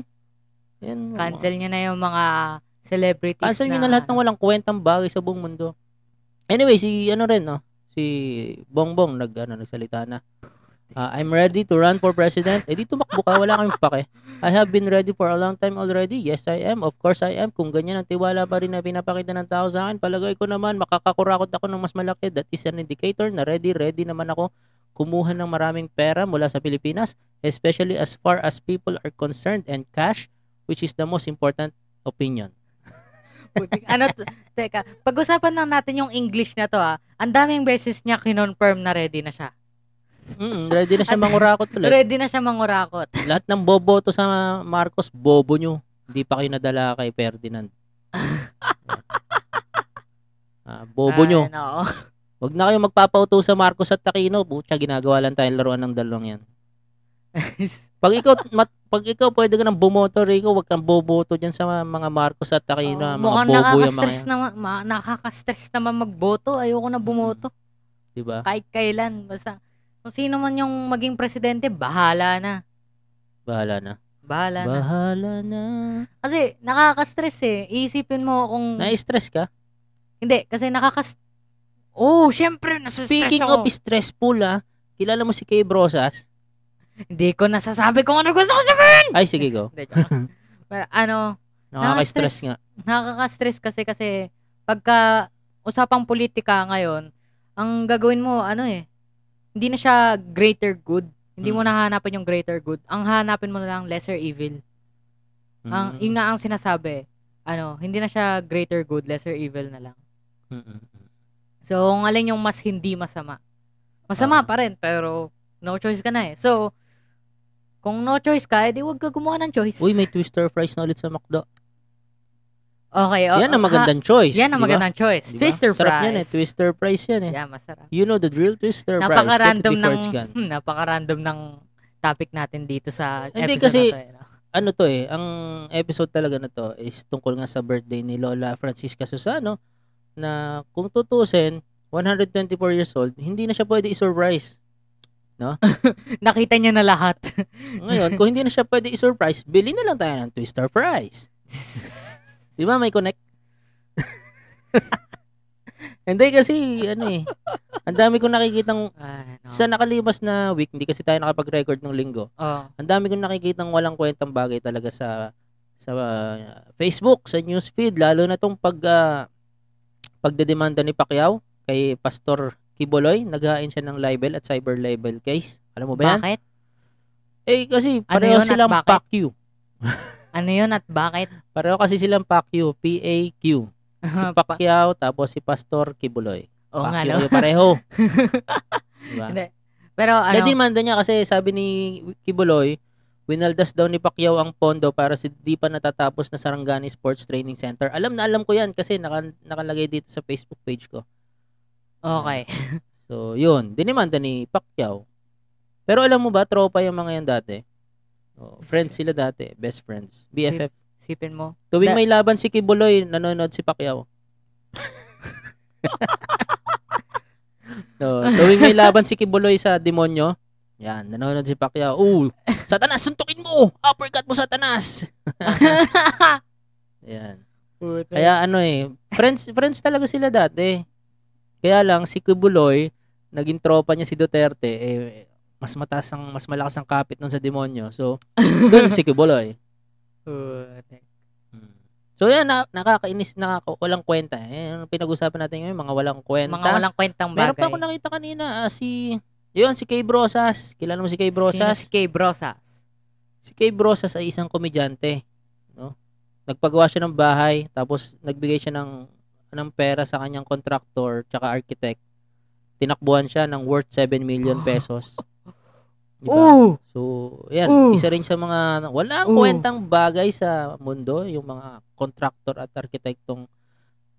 S2: Yan, oh.
S1: Cancel nyo na yung mga celebrities
S2: Cancel
S1: na.
S2: nyo na lahat ng walang kwentang bagay sa buong mundo. Anyway, si ano rin, no? Si Bongbong nag, ano, nagsalita na. "Ah, I'm ready to run for president. Eh di tumakbo ka, wala kaming pake. I have been ready for a long time already. Yes, I am. Of course, I am. Kung ganyan ang tiwala pa rin na pinapakita ng tao sa akin, palagay ko naman, makakakurakot ako ng mas malaki. That is an indicator na ready, ready naman ako kumuha ng maraming pera mula sa Pilipinas, especially as far as people are concerned and cash, which is the most important opinion.
S1: Putik- ano, to- teka, pag-usapan lang natin yung English na to ah. Ang daming beses niya kinonfirm na ready na siya.
S2: Mm, ready na siya
S1: At-
S2: mangurakot ulit.
S1: Ready na siya mangurakot.
S2: Lahat ng boboto sa Marcos, bobo nyo. Hindi pa kayo nadala kay Ferdinand. Ah, bobo nyo.
S1: Ayan, oo.
S2: Huwag na kayo magpapauto sa Marcos at Aquino. Pucha, ginagawa lang tayong laruan ng dalawang yan. Pag ikaw, mat- pag ikaw pwede ka nang bumoto, Rico, huwag kang boboto dyan sa mga Marcos at Aquino. ah.
S1: Oo,
S2: mga
S1: mukhang
S2: bobo yung mga
S1: nakaka-stress
S2: yan.
S1: naman, ma- nakaka-stress naman magboto. Ayoko na bumoto.
S2: Diba?
S1: Kahit kailan. Basta, kung sino man yung maging presidente, bahala na.
S2: Bahala na.
S1: Bahala na.
S2: Bahala na.
S1: Kasi, nakaka-stress eh. Iisipin mo kung...
S2: Na-stress ka?
S1: Hindi, kasi nakaka- Oh, syempre, nasa-stress
S2: Speaking
S1: ako.
S2: of stressful, ah, kilala mo si Kay Brosas?
S1: Hindi ko nasasabi kung ano gusto ko sabihin.
S2: Ay, sige, go.
S1: Hindi, joke lang. Pero ano,
S2: Nakaka-stress
S1: Nakaka-stress.
S2: nga.
S1: nakaka-stress kasi kasi pagka usapang politika ngayon, ang gagawin mo, ano eh, hindi na siya greater good. Hindi mo
S2: Mm.
S1: nahanapan yung greater good. Ang hanapin mo na lang lesser evil. Ang,
S2: Mm.
S1: yun nga ang sinasabi. Ano, hindi na siya greater good, lesser evil na lang.
S2: Mm-mm.
S1: So, kung alin yung mas hindi masama. Masama
S2: Ah.
S1: pa rin, pero no choice ka na eh. So, kung no choice ka, edi wag ka gumawa ng choice.
S2: Uy, may twister fries na ulit sa McDo.
S1: okay, oh,
S2: yan ang
S1: ha-
S2: magandang choice.
S1: Yan ang
S2: di ba?
S1: magandang choice.
S2: Di ba?
S1: Twister
S2: Sarap
S1: fries.
S2: yan eh. Twister fries yan eh.
S1: Yeah, masarap.
S2: You know the drill, twister fries. Get it
S1: Napaka-random
S2: before
S1: ng
S2: it's gone.
S1: hmm, napaka-random ng topic natin dito sa
S2: Hindi,
S1: episode na
S2: kasi-
S1: to. eh, no?
S2: Ano to eh, ang episode talaga na to is tungkol nga sa birthday ni Lola Francisca Susano na kung tutusin, 124 years old, hindi na siya pwede i-surprise.
S1: Nakita niya na lahat.
S2: Ngayon, kung hindi na siya pwede i-surprise, bili na lang tayo ng Twister Fries. Di ba may connect? Hindi kasi, ano eh, ang dami kong nakikitang,
S1: ano.
S2: sa nakalipas na week, hindi kasi tayo nakapag-record ng linggo,
S1: oh,
S2: ang dami kong nakikitang walang kwentang bagay talaga sa sa uh, Facebook, sa newsfeed, lalo na tong pag ah, pagdedemanda ni Pacquiao kay Pastor Kiboloy, naghain siya ng libel at cyber libel case. Alam mo ba yan?
S1: bakit? Ano
S2: Eh kasi pareho
S1: yun at
S2: silang
S1: bakit?
S2: Pacquiao.
S1: Ano yun at bakit?
S2: Pareho kasi silang Pacquiao, P-A-Q. Si Pacquiao, tapos si Pastor Kiboloy.
S1: Oo nga,
S2: Pacquiao
S1: no?
S2: yung pareho. diba?
S1: Hindi, Pero ano,
S2: Kaya dinimanda niya kasi sabi ni Kibuloy, winaldas daw ni Pacquiao ang pondo para sa di pa natatapos na Sarangani Sports Training Center. Alam na alam ko yan kasi naka, nakalagay dito sa Facebook page ko.
S1: okay.
S2: So, yun. Dinimanda ni Pacquiao. Pero alam mo ba, tropa yung mga yan dati. Oh, friends sila dati. Best friends. BFF.
S1: Sipin mo.
S2: Tuwing
S1: Da-
S2: may laban si Kibuloy, nanonood si Pacquiao. no, tuwing may laban si Kibuloy sa demonyo, yan, nanonood si Pacquiao. Ooh, Satanas, suntukin mo! Uppercut mo, Satanas! Yan. Kaya ano eh, friends, friends talaga sila dati. Kaya lang, si Kibuloy, naging tropa niya si Duterte, eh, mas mataas ang, mas malakas ang kapit nun sa demonyo. So, dun si Kibuloy.
S1: Putik.
S2: So yan, na, nakakainis, nakaka, walang kwenta. Eh, yung pinag-usapan natin ngayon, mga walang kwenta.
S1: Mga walang kwentang bagay.
S2: Meron pa ako nakita kanina, ah, si, yun, si Kay Brosas. Kilala mo si
S1: Sino
S2: Kay
S1: si
S2: Brosas?
S1: Kay Brosas.
S2: Si Kay Brosas ay isang komedyante. No? Nagpagawa siya ng bahay, tapos nagbigay siya ng, ng pera sa kanyang contractor, tsaka architect. Tinakbuhan siya ng worth 7 million pesos. Diba?
S1: Oo!
S2: So, yan,
S1: Ooh.
S2: isa rin sa mga walang
S1: Ooh.
S2: kwentang bagay sa mundo, yung mga contractor at arkitektong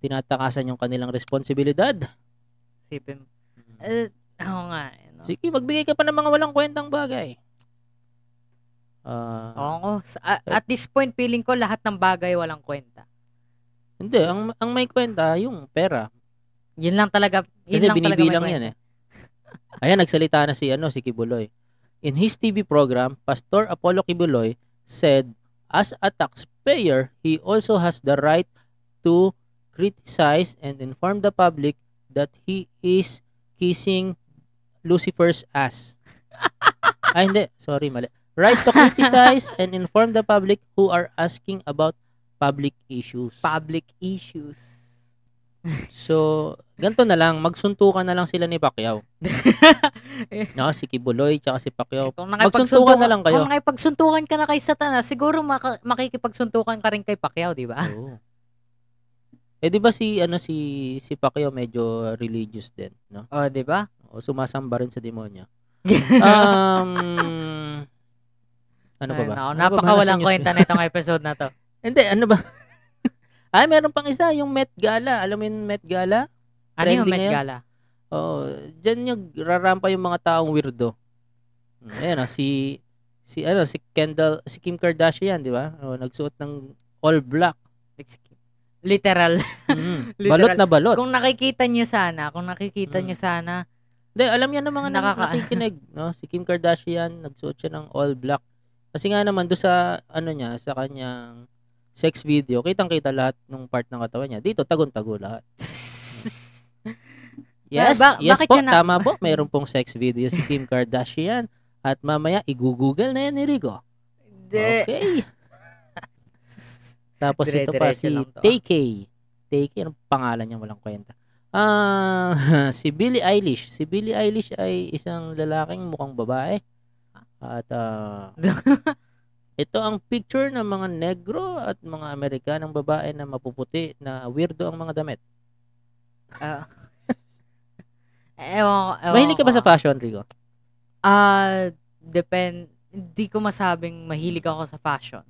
S2: tinatakasan yung kanilang responsibilidad.
S1: Sipin mo. Eh, oo nga. Ano?
S2: Sige, magbigay ka pa ng mga walang kwentang bagay. Ah,
S1: Oo. Sa- a- At this point, feeling ko lahat ng bagay walang kwenta.
S2: Hindi, ang, ang may kwenta, yung pera.
S1: Yun lang talaga. Yun
S2: Kasi
S1: lang
S2: binibilang
S1: talaga
S2: yan eh. Ayan, nagsalita na si, ano, si Kibuloy. In his TV program, Pastor Apollo Kibuloy said, as a taxpayer, he also has the right to criticize and inform the public that he is kissing Lucifer's ass. Ay, hindi. Sorry, mali. Right to criticize and inform the public who are asking about public issues.
S1: Public issues.
S2: So, ganito na lang, magsuntukan na lang sila ni Pacquiao. No, si Kibuloy tsaka si Pacquiao.
S1: kung
S2: Magsuntukan na lang kayo.
S1: Kung nakipagsuntukan ka na kay Satanas, siguro maka- makikipagsuntukan ka rin kay Pacquiao, di ba?
S2: Oo. Eh di ba si ano si si Pacquiao medyo religious din, no?
S1: O, di ba?
S2: O sumasamba rin sa demonyo. Um Ano pa ba?
S1: Ayun,
S2: Ano pa ba
S1: napaka
S2: nasa
S1: walang
S2: news?
S1: kwenta na itong episode na to.
S2: Hindi, ano ba? Ay, meron pang isa, yung Met Gala. Alam mo yung Met Gala?
S1: Ano yung
S2: Trending
S1: Met
S2: ngayon?
S1: Gala?
S2: Oo, dyan yung rarampa yung mga taong weirdo. Mm, Ayan o, si, si, ano, si Kendall, si Kim Kardashian, di ba? O, nagsuot ng all black.
S1: Literal.
S2: Mm.
S1: Literal.
S2: balot na balot.
S1: Kung nakikita nyo sana, kung nakikita
S2: Mm.
S1: nyo sana,
S2: Hindi, alam yan ng mga
S1: Nakaka-
S2: Nakaka- nakikinig, no? Si Kim Kardashian, nagsuot siya ng all black. Kasi nga naman, do sa, ano niya, sa kanyang sex video, kitang-kita lahat ng part ng katawan niya. Dito, tagon-tago lahat. Yes,
S1: Ba-
S2: yes
S1: bakit
S2: po,
S1: siya na-
S2: tama po. Mayroon pong sex video si Kim Kardashian. At mamaya, igugugol na yan ni Rico.
S1: de,
S2: Okay. Tapos ito pa
S1: Dire-diretso
S2: si
S1: lang to, ah.
S2: TK. TK, anong pangalan niya? Walang kwenta. Ah, si Billie Eilish. Si Billie Eilish ay isang lalaking mukhang babae. At ah, ito ang picture ng mga negro at mga Amerikanang babae na mapuputi na weirdo ang mga damit.
S1: Ah. ewan, ko- ewan
S2: Mahilig ka ba
S1: ko.
S2: sa fashion, Rico?
S1: Ah, depend hindi ko masabing mahilig ako sa fashion.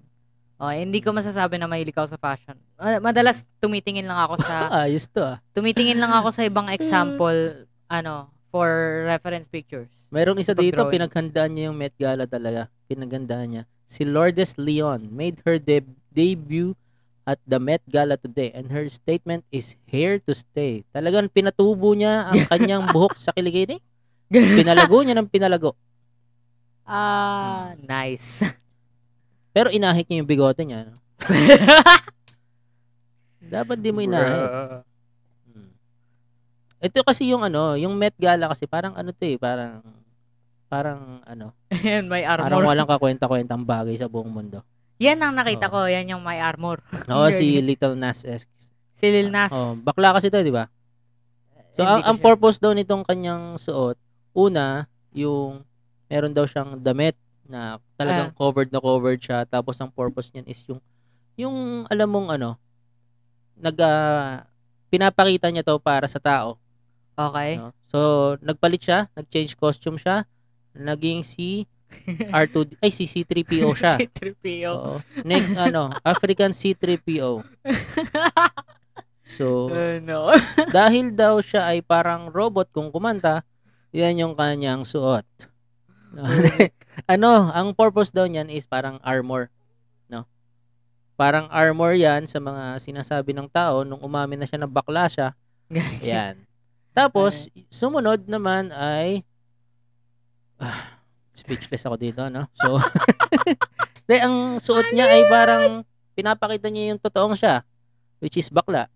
S1: Okay, hindi ko masasabi na mahilig ako sa fashion. Ah, madalas tumitingin lang ako sa
S2: Ayos to ah.
S1: tumitingin lang ako sa ibang example ano for reference pictures.
S2: Merong isa dito,
S1: Pag-drawing.
S2: pinaghandaan niya yung Met Gala talaga. Pinaghandaan niya. Si Lourdes Leon made her deb- debut at the Met Gala today and her statement is here to stay. Talagang pinatubo niya ang kanyang buhok sa kilikini. Pinalago niya ng pinalago.
S1: Ah, nice.
S2: Pero inahit niya yung bigote niya. No? Dapat di mo inahit.
S1: Bruh.
S2: Mm. Ito kasi yung ano, yung Met Gala kasi parang ano to eh, parang parang ano,
S1: Ayan, may
S2: parang
S1: armor.
S2: walang kakwenta-kwentang bagay sa buong mundo.
S1: Yan ang nakita
S2: Oo.
S1: ko. Yan yung may armor.
S2: Oo,
S1: Girl.
S2: si Little Nas X.
S1: Si Lil Nas.
S2: Oh, bakla kasi to, di ba? So,
S1: Hindi
S2: ang,
S1: ko
S2: ang
S1: siya-
S2: purpose daw nitong kanyang suot, una, yung meron daw siyang damit
S1: Ah.
S2: na talagang covered na covered siya. Tapos, ang purpose niyan is yung, yung alam mong ano, nag, ah, pinapakita niya to para sa tao.
S1: Okay.
S2: no? So, nagpalit siya, nag-change costume siya, naging si R2, ay si C3PO siya.
S1: si 3PO.
S2: Oo. Next, ano, African C3PO. So,
S1: Ano?
S2: dahil daw siya ay parang robot kung kumanta, yan yung kanyang suot. No? ano, ang purpose daw niyan is parang armor. No? Parang armor yan sa mga sinasabi ng tao nung umamin na siya na bakla siya. Yan. Tapos, sumunod naman ay ah, speechless ako dito, no? So, de, ang suot niya ay parang pinapakita niya yung totoong siya, which is bakla.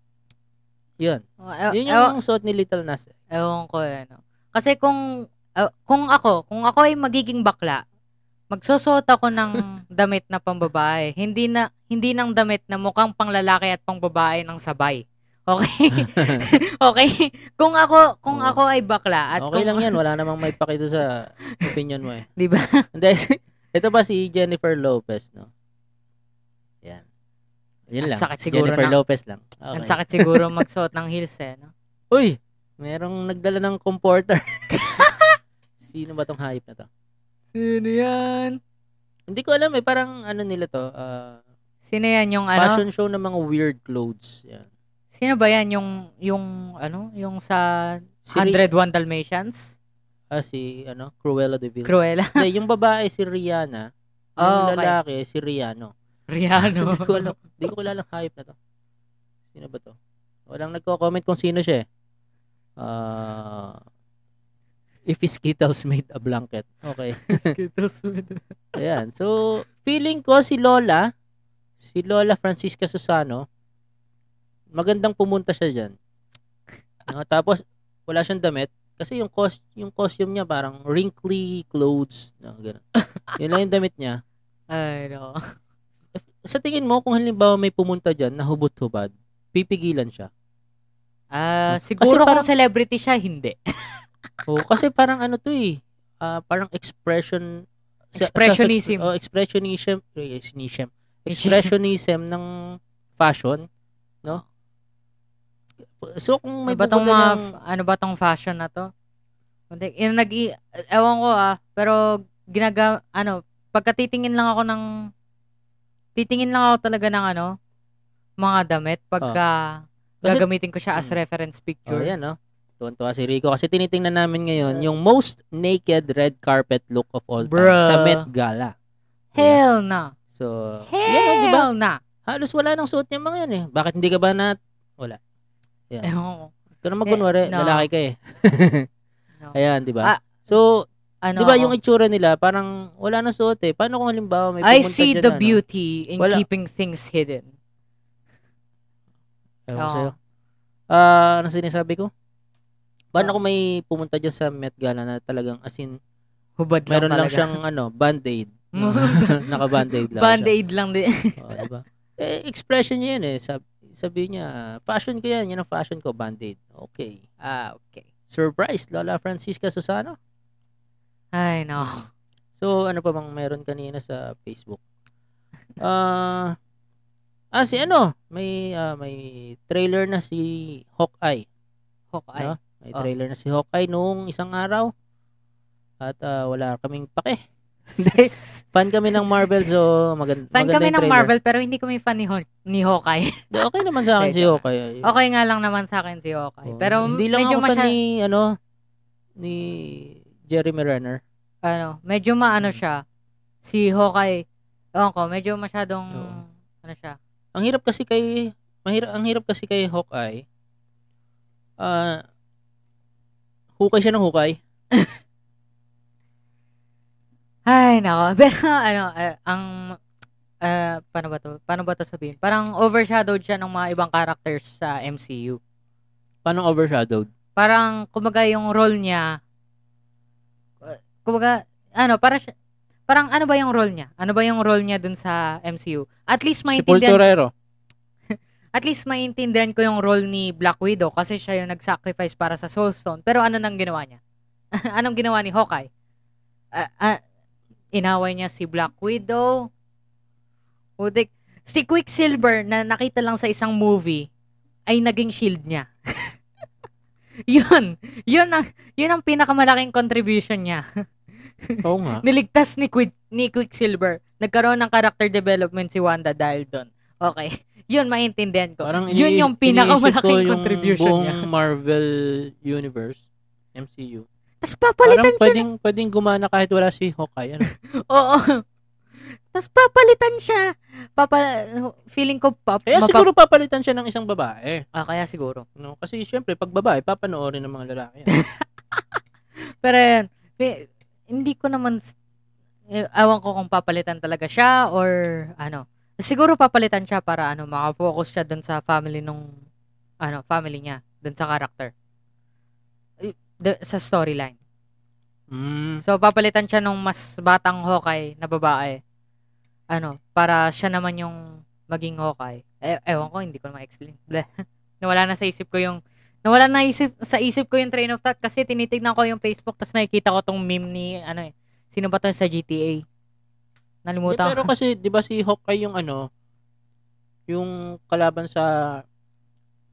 S2: Yun.
S1: Ew-
S2: Yun
S1: ew-
S2: yung suot ni Little Nas. X.
S1: Ah, Ewan ko, ano. Kasi kung, ew- kung ako, kung ako ay magiging bakla, magsusuot ako ng damit na pambabae. Hindi na, hindi ng damit na mukhang panglalaki at pangbabae ng sabay. Okay? okay? Kung ako, kung
S2: Oo.
S1: ako ay bakla at
S2: okay
S1: kung,
S2: lang yan. Wala namang may pakita sa opinion mo eh.
S1: Di ba?
S2: Hindi. Ito pa si Jennifer Lopez, no? Yan.
S1: Ang
S2: Yun lang.
S1: sakit
S2: Si
S1: siguro
S2: Jennifer
S1: na-
S2: Lopez lang. Okay.
S1: Ang sakit siguro magsuot ng heels eh, no?
S2: Uy! Merong nagdala ng comforter. Sino ba tong hayop na to?
S1: Sino yan?
S2: Hindi ko alam eh. Parang ano nila to? ah,
S1: Sino yan yung ano?
S2: fashion show ng mga weird clothes. Yan.
S1: Sino ba yan yung yung ano, yung sa
S2: Si Ri-
S1: 101 Dalmatians?
S2: ah, si ano? Cruella de Vil.
S1: Cruella.
S2: Hindi, yung babae si Rihanna. Yung
S1: Oh, okay.
S2: lalaki si Rihanna.
S1: Rihanna.
S2: Hindi ko alam. Hindi ko kilala ang hype na to. Sino ba to? Walang nagko-comment kung sino siya eh. Ah, if his skittles made a blanket. Okay. Ayan. So, feeling ko si Lola, si Lola Francisca Susano, magandang pumunta siya dyan. No, tapos, wala siyang damit. Kasi yung, cos- yung costume niya parang wrinkly clothes. No, ganun. Yun lang yung damit niya.
S1: Ay, no.
S2: sa tingin mo, kung halimbawa may pumunta dyan na hubot-hubad, pipigilan siya.
S1: Ah,
S2: Kasi
S1: siguro kung
S2: parang-
S1: celebrity siya, hindi.
S2: O, kasi parang ano to eh, ah, parang expression, sa- sa-
S1: Expressionism.
S2: oh, expressionism, eh, sinism. expressionism ng fashion, no? So, kung may
S1: ano ba tong
S2: pupunta
S1: mga,
S2: dyan-
S1: ano ba tong fashion na to? Hindi, yun nag ewan ko ah, pero ginaga ano, pagkatitingin lang ako ng titingin lang ako talaga ng ano, mga damit pagka
S2: Ah. Kasi-
S1: gagamitin ko siya as
S2: Mm.
S1: reference picture.
S2: Oh, yan, no? Tuwan-tuwa si Rico kasi tinitingnan namin ngayon yung most naked red carpet look of all time
S1: Bruh.
S2: sa Met Gala.
S1: Hell na.
S2: So, Oh. yan, diba? no,
S1: Hell
S2: di ba?
S1: na.
S2: Halos wala nang suot niya mga yan eh. Bakit hindi ka ba na Yeah.
S1: Ewan ko.
S2: Ito naman
S1: Eh,
S2: kunwari,
S1: no.
S2: lalaki ka eh.
S1: No.
S2: Ayan, di ba?
S1: Ah,
S2: so,
S1: Ano
S2: di ba
S1: ako?
S2: Diba yung itsura nila, parang wala na suot eh. Paano kung halimbawa may
S1: I
S2: pumunta
S1: see
S2: dyan,
S1: the
S2: ano?
S1: beauty in
S2: Wala.
S1: keeping things hidden.
S2: Ewan ko
S1: Oo.
S2: sa'yo. Ah, ano sinasabi ko? Paano
S1: Oo.
S2: kung may pumunta dyan sa Met Gala na talagang as in,
S1: Hubad lang
S2: meron lang
S1: talaga.
S2: siyang ano, band-aid. No? Naka-band-aid lang
S1: Band-aid lang din.
S2: siya. Oo, di ba? Eh, expression niya yun eh. Sabi, sabi niya, fashion ko yan. Yan ang fashion ko, band-aid. Okay.
S1: ah, okay.
S2: Surprise, Lola Francisca Susano.
S1: Ay, no.
S2: So, ano pa bang meron kanina sa Facebook? Ah, ah si ano, may ah, may trailer na si Hawkeye.
S1: Hawkeye.
S2: No? May
S1: Oh.
S2: trailer na si Hawkeye noong isang araw. At ah, wala kaming pake. Fan kami ng Marvel, so maganda
S1: Fan kami ng Marvel pero hindi kami fan ni, Haw- ni Hawkeye.
S2: okay naman sa akin
S1: Hindi,
S2: si
S1: joke.
S2: Hawkeye.
S1: okay nga lang naman sa akin si Hawkeye.
S2: Oo.
S1: pero
S2: Oh, hindi lang
S1: medyo
S2: ako fan
S1: masya-
S2: ni ano ni Jeremy Renner.
S1: ano, medyo maano siya. Si Hawkeye, ewan ko, medyo masyadong,
S2: Oo.
S1: ano siya,
S2: Ang hirap kasi kay mahirap ang hirap kasi kay Hawkeye. Ah hukay siya ng hukay.
S1: Ay, nako. Pero ano, ah, ang ah, paano ba to? Paano ba to sabihin? Parang overshadowed siya ng mga ibang characters sa MCU.
S2: Paano overshadowed?
S1: Parang kumbaga yung role niya ah, kumbaga ano, para siya Parang ano ba yung role niya? Ano ba yung role niya dun sa MCU? At least
S2: Si
S1: maintindihan,
S2: Pulturero.
S1: at least maintindihan ko yung role ni Black Widow kasi siya yung nag-sacrifice para sa Soul Stone. Pero ano nang ginawa niya? Anong ginawa ni Hawkeye? Ah, ah, inaway niya si Black Widow. Putik. Si Quicksilver na nakita lang sa isang movie ay naging shield niya. yun. Yun ang, yun ang pinakamalaking contribution niya
S2: Oo nga.
S1: niligtas ni Quid, ni Quicksilver. Nagkaroon ng character development si Wanda dahil doon. Okay. Yun, maintindihan ko.
S2: Parang
S1: yun
S2: ini-
S1: yung
S2: iniisip ko
S1: pinakamalaking
S2: yung
S1: contribution
S2: buong
S1: niya.
S2: Marvel Universe, MCU.
S1: Tapos papalitan
S2: Parang
S1: siya.
S2: pwedeng, pwedeng gumana kahit wala si Hawkeye. Ano?
S1: Oo. Tapos papalitan siya. Papa, feeling ko pap,
S2: Kaya
S1: mapap-
S2: siguro papalitan siya ng isang babae.
S1: Ah, kaya siguro.
S2: No? Kasi syempre, pag babae, papanoorin ng mga lalaki. ano. yan.
S1: Pero yun, fi- hindi ko naman, s- eh, awan ko kung papalitan talaga siya or ano. Siguro papalitan siya para ano, makafocus siya dun sa family nung, ano, family niya. Dun sa character. Eh, the- sa storyline.
S2: mm.
S1: So, papalitan siya nung mas batang Hawkeye na babae. Ano, para siya naman yung maging Hawkeye. Eh, ewan ko, hindi ko na ma-explain. Bleh. nawala na sa isip ko yung nawala na isip, sa isip ko yung train of thought kasi tinitignan ko yung Facebook tapos nakikita ko tong meme ni ano eh. Sino ba to sa GTA?
S2: Eh,
S1: Nalimutan
S2: pero
S1: ko.
S2: kasi, di ba si Hawkeye yung ano, yung kalaban sa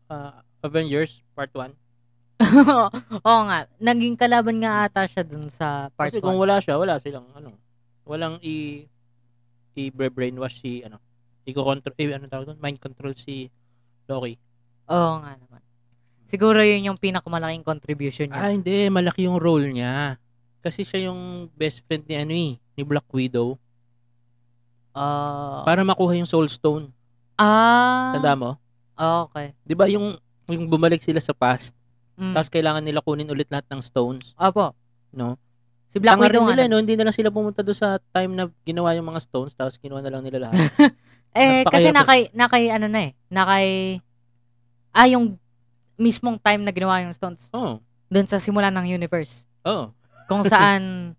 S2: ah, Avengers Part 1?
S1: Oo nga. Naging kalaban nga ata siya dun sa part
S2: Kasi
S1: 1.
S2: kung wala siya, wala silang ano, walang i i-brainwash si ano, i-control, eh, ano tawag doon? Mind control si Loki.
S1: Oo nga naman. Siguro yun yung pinakamalaking contribution niya.
S2: Ah, hindi. Malaki yung role niya. Kasi siya yung best friend ni ano eh, ni Black Widow.
S1: Ah.
S2: Para makuha yung Soul Stone.
S1: ah.
S2: Tanda mo?
S1: Okay.
S2: Di ba yung, yung bumalik sila sa past,
S1: Mm.
S2: tapos kailangan nila kunin ulit lahat ng stones,
S1: Opo.
S2: no?
S1: Si Black
S2: Tanga
S1: Widow
S2: rin nila,
S1: nga.
S2: no? Hindi na lang sila pumunta doon sa time na ginawa yung mga stones, tapos kinuha na lang nila lahat.
S1: Eh, kasi
S2: Nagpakahirap.
S1: nakay, nakay, ano na eh, nakay, ah, yung mismong time na ginawa yung stones
S2: Oo.
S1: doon sa simula ng universe.
S2: Oo.
S1: Kung saan,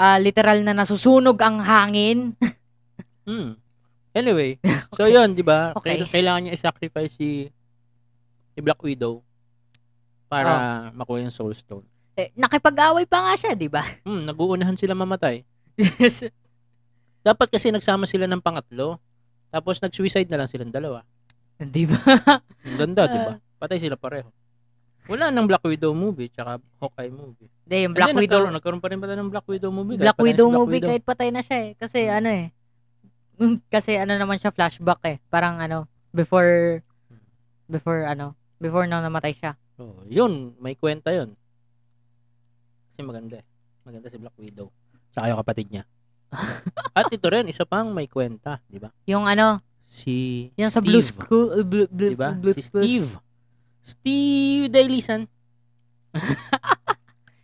S1: ah, literal na nasusunog ang hangin.
S2: Hmm. Anyway, so yun, di ba?
S1: Okay.
S2: Kail- Kailangan niya i-sacrifice si, si Black Widow para
S1: Oh.
S2: makuha yung Soul Stone.
S1: Eh, nakipag-away pa nga siya, di ba?
S2: Hmm, nag-uunahan sila mamatay. Dapat kasi nagsama sila ng pangatlo. Tapos nag-suicide na lang silang dalawa.
S1: di ba?
S2: Ang ganda, di ba? Patay sila pareho. Wala nang Black Widow movie, tsaka Hawkeye movie.
S1: Hindi, yung
S2: And
S1: Black
S2: then,
S1: Widow,
S2: Ano Nagkaroon, nagkaroon pa rin pala ng Black Widow movie.
S1: Black
S2: kahit patay na si
S1: Widow movie
S2: Widow.
S1: kahit patay na siya eh. Kasi ano eh, mm, kasi ano naman siya flashback eh. Parang ano, before, before ano, before na namatay siya.
S2: Oh, yun, may kwenta yun. Kasi maganda eh. Maganda si Black Widow. Tsaka yung kapatid niya. At ito rin, isa pang may kwenta, di ba?
S1: Yung ano,
S2: Si
S1: Yung sa
S2: Steve,
S1: Blue School, Blue, Blue,
S2: di ba?
S1: Blue
S2: Si
S1: School.
S2: Steve. Steve Dailisan.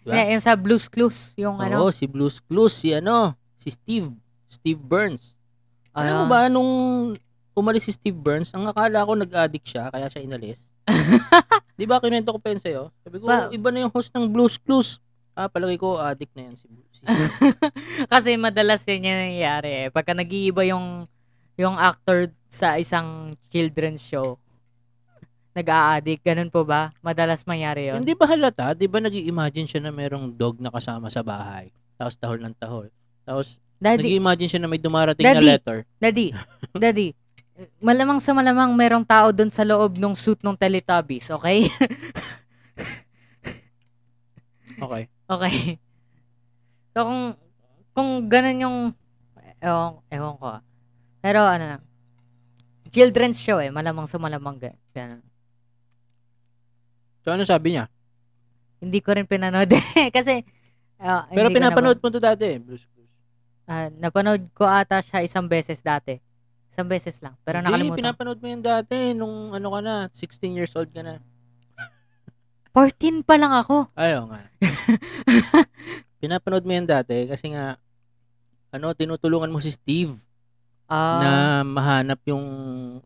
S2: Diba?
S1: Yeah, yung sa Blue's Clues, yung ano.
S2: Oo, si Blues Clues, si ano, si Steve. Steve Burns.
S1: ah,
S2: Alam mo ba nung umalis si Steve Burns, ang akala ko nag-addict siya, kaya siya inalis. di ba, kinento ko pa yun sa'yo? Sabi ko,
S1: Ba-
S2: iba na yung host ng Blues Clues. Ah, palagay ko, addict na yun si, si
S1: Kasi madalas yun yung nangyayari eh. Pagka nag-iiba yung, yung actor sa isang children's show, nag-a-addict, ganun po ba? Madalas mangyari yun?
S2: Hindi ba halata? Di ba nag-imagine siya na merong dog na kasama sa bahay? Tapos tahol ng tahol. Tapos
S1: Daddy,
S2: nag-imagine siya na may dumarating
S1: Eh,
S2: na
S1: Daddy.
S2: letter.
S1: daddy, daddy, malamang sa malamang merong tao dun sa loob ng suit ng Teletubbies, okay?
S2: Okay.
S1: Okay. So, kung, kung ganun yung, ewan, ewan ko ah. Pero ano na, children's show eh, malamang sa malamang ga- ganun.
S2: So ano sabi niya?
S1: Hindi ko rin pinanood eh, kasi, ah,
S2: Pero
S1: hindi ko
S2: pinapanood mo to dati eh. Blues
S1: Na,
S2: Clues.
S1: ba- ah, napanood ko ata siya isang beses dati Isang beses lang. Pero
S2: Hindi,
S1: nakalimutan.
S2: pinapanood mo yun dati nung ano ka na, 16 years old ka na.
S1: 14 pa lang ako.
S2: Ayo nga. pinapanood mo yun dati kasi nga, ano, tinutulungan mo si Steve
S1: Ah,
S2: na mahanap yung,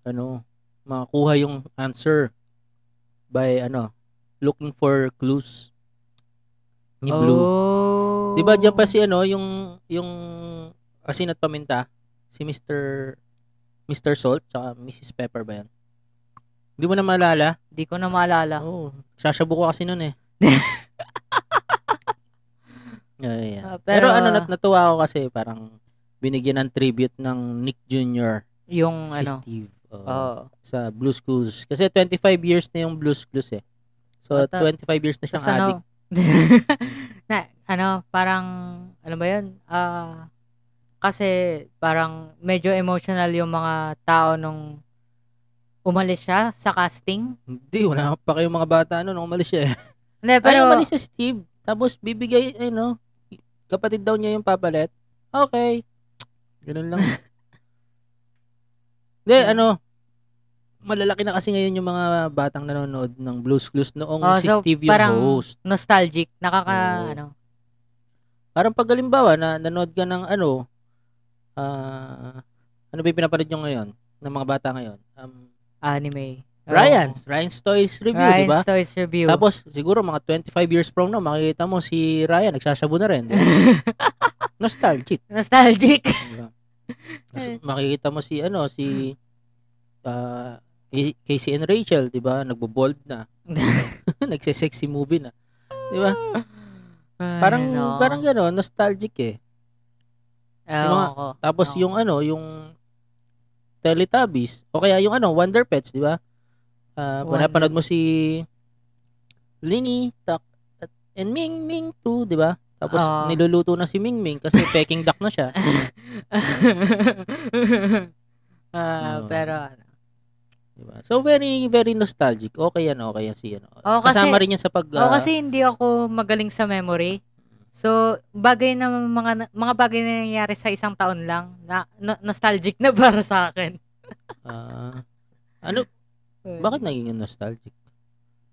S2: ano, makakuha yung answer by, ano, looking for clues ni Blue.
S1: Oh.
S2: Di ba dyan pa si, ano, yung, yung asin at paminta, si Mr. Mr. Salt, tsaka Mrs. Pepper ba yan? Hindi mo na maalala?
S1: Di ko na maalala.
S2: Oo. Oh, sasabo ko kasi nun eh. oh, yeah.
S1: Ah,
S2: pero,
S1: pero-
S2: ano, nat natuwa ako kasi parang binigyan ng tribute ng Nick Jr.
S1: Yung
S2: si
S1: ano.
S2: Steve. oo,
S1: Oh.
S2: Sa Blues Clues. Kasi 25 years na yung Blues Clues eh. So,
S1: Ata-
S2: 25 years na siyang
S1: Tapos ano,
S2: addict.
S1: na, ano, parang, ano ba yun? Ah, kasi parang medyo emotional yung mga tao nung umalis siya sa casting.
S2: Hindi, wala pa kayong mga bata ano, nung umalis siya eh.
S1: Hindi,
S2: Pero,
S1: pero,
S2: umalis si Steve. Tapos, bibigay, ano, kapatid daw niya yung papalit. Okay. Ganun lang. Hindi, ano, malalaki na kasi ngayon yung mga batang nanonood ng Blues Clues noong
S1: Oh,
S2: si
S1: so,
S2: Steve
S1: parang-
S2: yung host.
S1: nostalgic. Nakaka,
S2: Oo.
S1: ano.
S2: Parang pag halimbawa na nanood ka ng ano, ah, ano ba yung pinapanood nyo ngayon? Ng mga bata ngayon? Um,
S1: Anime. Oo.
S2: Ryan's, Ryan's Toys Review, di
S1: Oh. Ryan's
S2: ba?
S1: Toys Review.
S2: Tapos, siguro mga 25 years from now, makikita mo si Ryan, nagsasabo na rin. di ba? Nostalgic.
S1: nostalgic.
S2: di ba? Mas- makikita mo si, ano, si ah, K- Casey and Rachel, di ba? Nagbo-bold na. Nagsisexy movie na. Di ba? Parang,
S1: Ano.
S2: parang gano'n, nostalgic eh.
S1: Ewan
S2: mga-
S1: ko.
S2: Tapos
S1: Oo.
S2: yung ano, yung Teletubbies, o kaya yung ano, Wonder Pets, di ba? Ah,
S1: Wonder-
S2: pinapanood mo si Lini, Tak, at, and Ming Ming too, di ba? Tapos
S1: Oo.
S2: niluluto na si Ming Ming kasi peking duck na siya.
S1: Ah,
S2: Oo.
S1: pero ano.
S2: Di ba? So very very nostalgic. Okay yan, okay yan si ano.
S1: Oo, kasi-
S2: Kasama rin yan sa pag
S1: Oo,
S2: ah,
S1: kasi hindi ako magaling sa memory. So, bagay na mga mga bagay na nangyayari sa isang taon lang na no- nostalgic na para sa akin.
S2: ah, ano, bakit naging nostalgic?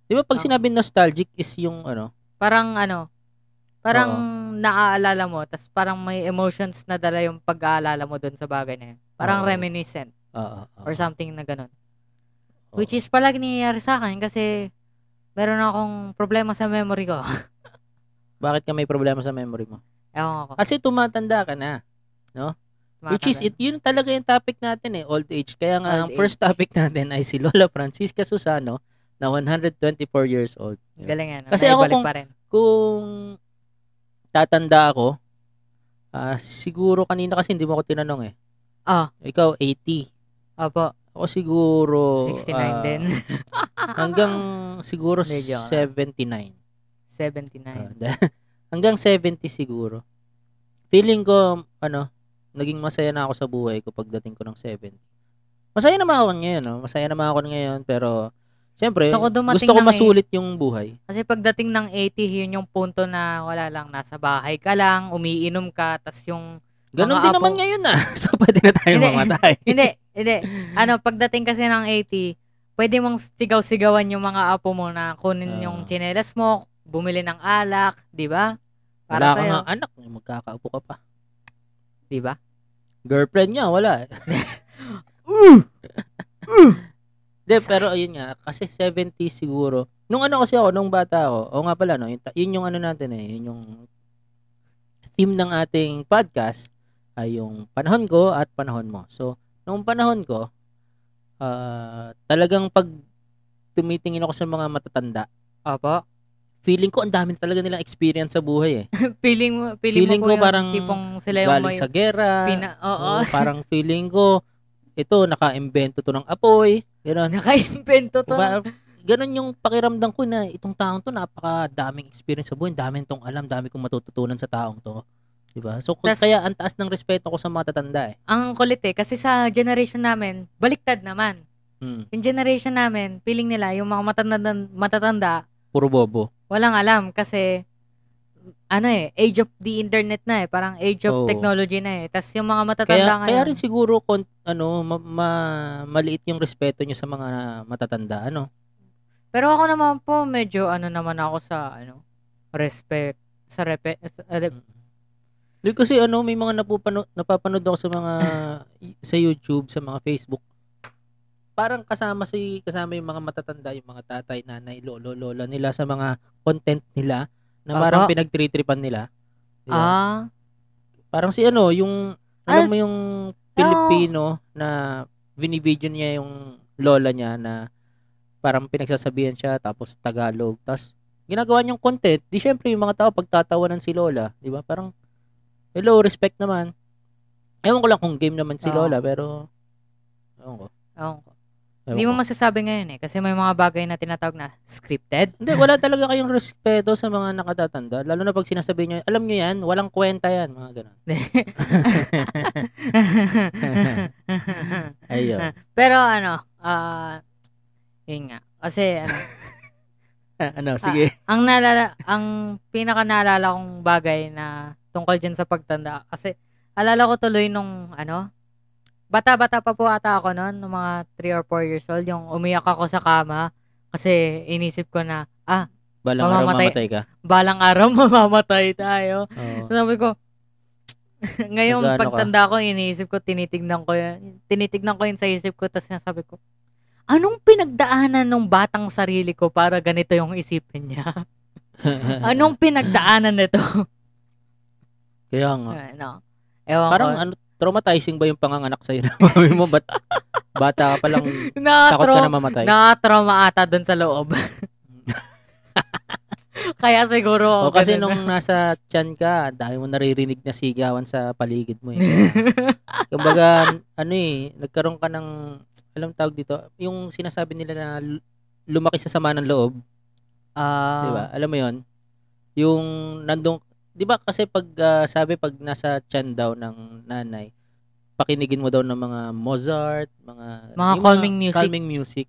S2: Di ba pag sinabi nostalgic is yung ano,
S1: Parang ano, parang naaalala mo, tas parang may emotions na dala yung pag-aalala mo doon sa bagay na yun. Parang
S2: Oo.
S1: reminiscent
S2: ah, ah, ah, oh.
S1: or something na ganun.
S2: oo.
S1: Which is palagi nangyayari sa akin kasi meron akong problema sa memory ko.
S2: bakit ka may problema sa memory mo?
S1: Ewan ako.
S2: Kasi tumatanda ka na. Which is, it, yun talaga yung topic natin eh, old age. Kaya
S1: Old
S2: nga, ang first topic natin ay si Lola Francisca Susano na 124 years old. Yun.
S1: Galing yan.
S2: Kasi ako
S1: Naibalik
S2: kung-
S1: pa rin.
S2: Kung tatanda ako, ah, siguro kanina kasi hindi mo ako tinanong eh.
S1: Ah.
S2: Ikaw, 80.
S1: Opo,
S2: Ako siguro...
S1: 69
S2: ah,
S1: din.
S2: hanggang siguro
S1: Medyo, ah.
S2: 79.
S1: 79.
S2: Ah, da- hanggang 70 siguro. Feeling ko, ano, naging masaya na ako sa buhay ko pagdating ko ng 70. Masaya naman ako ngayon, no? Masaya naman ako ngayon, pero, syempre,
S1: Gusto ko dumating
S2: gusto ko
S1: ng
S2: masulit yung buhay.
S1: Kasi pagdating ng 80, yun yung punto na wala lang, nasa bahay ka lang, umiinom ka, tas yung...
S2: Ganon
S1: Mga
S2: din
S1: apo-
S2: naman ngayon, ah. so, pwede na tayo
S1: Hindi.
S2: mamatay.
S1: Hindi, hindi. Ano, pagdating kasi ng 80, pwede mong sigaw-sigawan yung mga apo mo na kunin
S2: Ah.
S1: yung chinelas mo, bumili ng alak, di ba?
S2: Wala
S1: Para
S2: ka
S1: sa'yo,
S2: nga anak, magkakaupo ka pa.
S1: di ba?
S2: Girlfriend niya, wala. Hindi, pero ayun nga, kasi 70 siguro. Nung ano kasi ako, nung bata ako, o nga pala, no, yun, ta- yun yung ano natin eh, yun yung theme ng ating podcast ay yung panahon ko at panahon mo. So, nung panahon ko, ah, talagang pag tumitingin ako sa mga matatanda,
S1: Opo.
S2: feeling ko ang dami talaga nilang experience sa buhay eh.
S1: Feeling mo, feeling,
S2: Feeling
S1: mo
S2: ko
S1: po yung
S2: parang
S1: tipong sila yung may
S2: Galing sa gera,
S1: pina... Oo.
S2: oo, parang feeling ko, ito, naka-invento to ng apoy, gano'n.
S1: Nakaimpento to.
S2: Ba, ganun yung pakiramdam ko na itong taong to napaka daming experience sa buhay, dami tong alam, dami kong matututunan sa taong to. 'Di ba? So k-
S1: Tas-
S2: kaya ang taas ng respeto ko sa mga tatanda eh.
S1: Ang kulit eh, kasi sa generation namin, baliktad naman.
S2: Mm.
S1: Yung generation namin, feeling nila, yung mga matatanda, matatanda
S2: Puro bobo.
S1: walang alam kasi ano eh, age of the internet na eh. Parang age of
S2: Oo.
S1: technology na eh. Tapos yung mga matatanda
S2: Kaya, kaya
S1: ngayon,
S2: rin siguro kon, ano, ma, ma- maliit yung respeto nyo sa mga matatanda, ano?
S1: Pero ako naman po, medyo ano naman ako sa, ano, respect, sa repe, sa, uh,
S2: Di kasi ano, may mga napupano, napapanood ako sa mga sa YouTube, sa mga Facebook. Parang kasama si kasama yung mga matatanda, yung mga tatay, nanay, lolo, lola nila sa mga content nila
S1: Tama.
S2: na parang pinagtritripan nila. Di ba?
S1: ah,
S2: Parang si ano, yung
S1: Ah,
S2: alam mo yung Pilipino na vinivideo niya yung lola niya na parang pinagsasabihan siya tapos Tagalog. Tapos ginagawa niyang content. Di syempre yung mga tao pagtatawanan si lola, di ba? Parang hello, respect naman. Ewan ko lang kung game naman si
S1: Oo.
S2: lola pero ewan ko.
S1: ewan ko.
S2: Ewan
S1: Hindi mo
S2: ko.
S1: masasabi ngayon eh, kasi may mga bagay na tinatawag na scripted.
S2: Hindi, wala talaga kayong respeto sa mga nakatatanda. Lalo na pag sinasabi niyo, alam niyo yan, walang kwenta yan, mga ganun. Ayun.
S1: Pero ano, ah, yun nga. Kasi ano,
S2: ano, sige.
S1: ang nalala, ang pinaka naalala kong bagay na tungkol dyan sa pagtanda. Kasi alala ko tuloy nung ano, bata-bata pa po ata ako noon, nung mga 3 or 4 years old, yung umiyak ako sa kama kasi inisip ko na
S2: Balang araw
S1: Ah, mamamatay-
S2: mamatay ka.
S1: balang araw mamamatay tayo.
S2: Oo.
S1: Sabi ko, ngayon
S2: Nagano ka?
S1: pagtanda ko, iniisip ko, tinitignan ko yan. Tinitignan ko yun sa isip ko, tapos sabi ko, anong pinagdaanan ng batang sarili ko para ganito yung isipin niya? Anong pinagdaanan nito?
S2: Kaya nga.
S1: no. Ewan
S2: Parang
S1: ko.
S2: ano, traumatizing ba yung panganganak sa'yo ng mami mo? Ba't bata ka palang takot ka na
S1: Nakatro-
S2: mamatay?
S1: Nakatrauma ata dun sa loob. Kaya siguro.
S2: o kasi
S1: ganun.
S2: nung nasa tiyan ka, dahil mo naririnig na sigawan sa paligid mo eh. Kaya, Kumbaga, ano eh, nagkaroon ka ng, alam tawag dito, yung sinasabi nila na l- lumaki sa sama ng loob,
S1: Ah,
S2: di ba? Alam mo yon Yung nandung, di ba kasi pag ah, sabi pag nasa tiyan daw ng nanay, pakinigin mo daw ng mga Mozart, mga
S1: Mga
S2: yung
S1: calming music.
S2: calming music.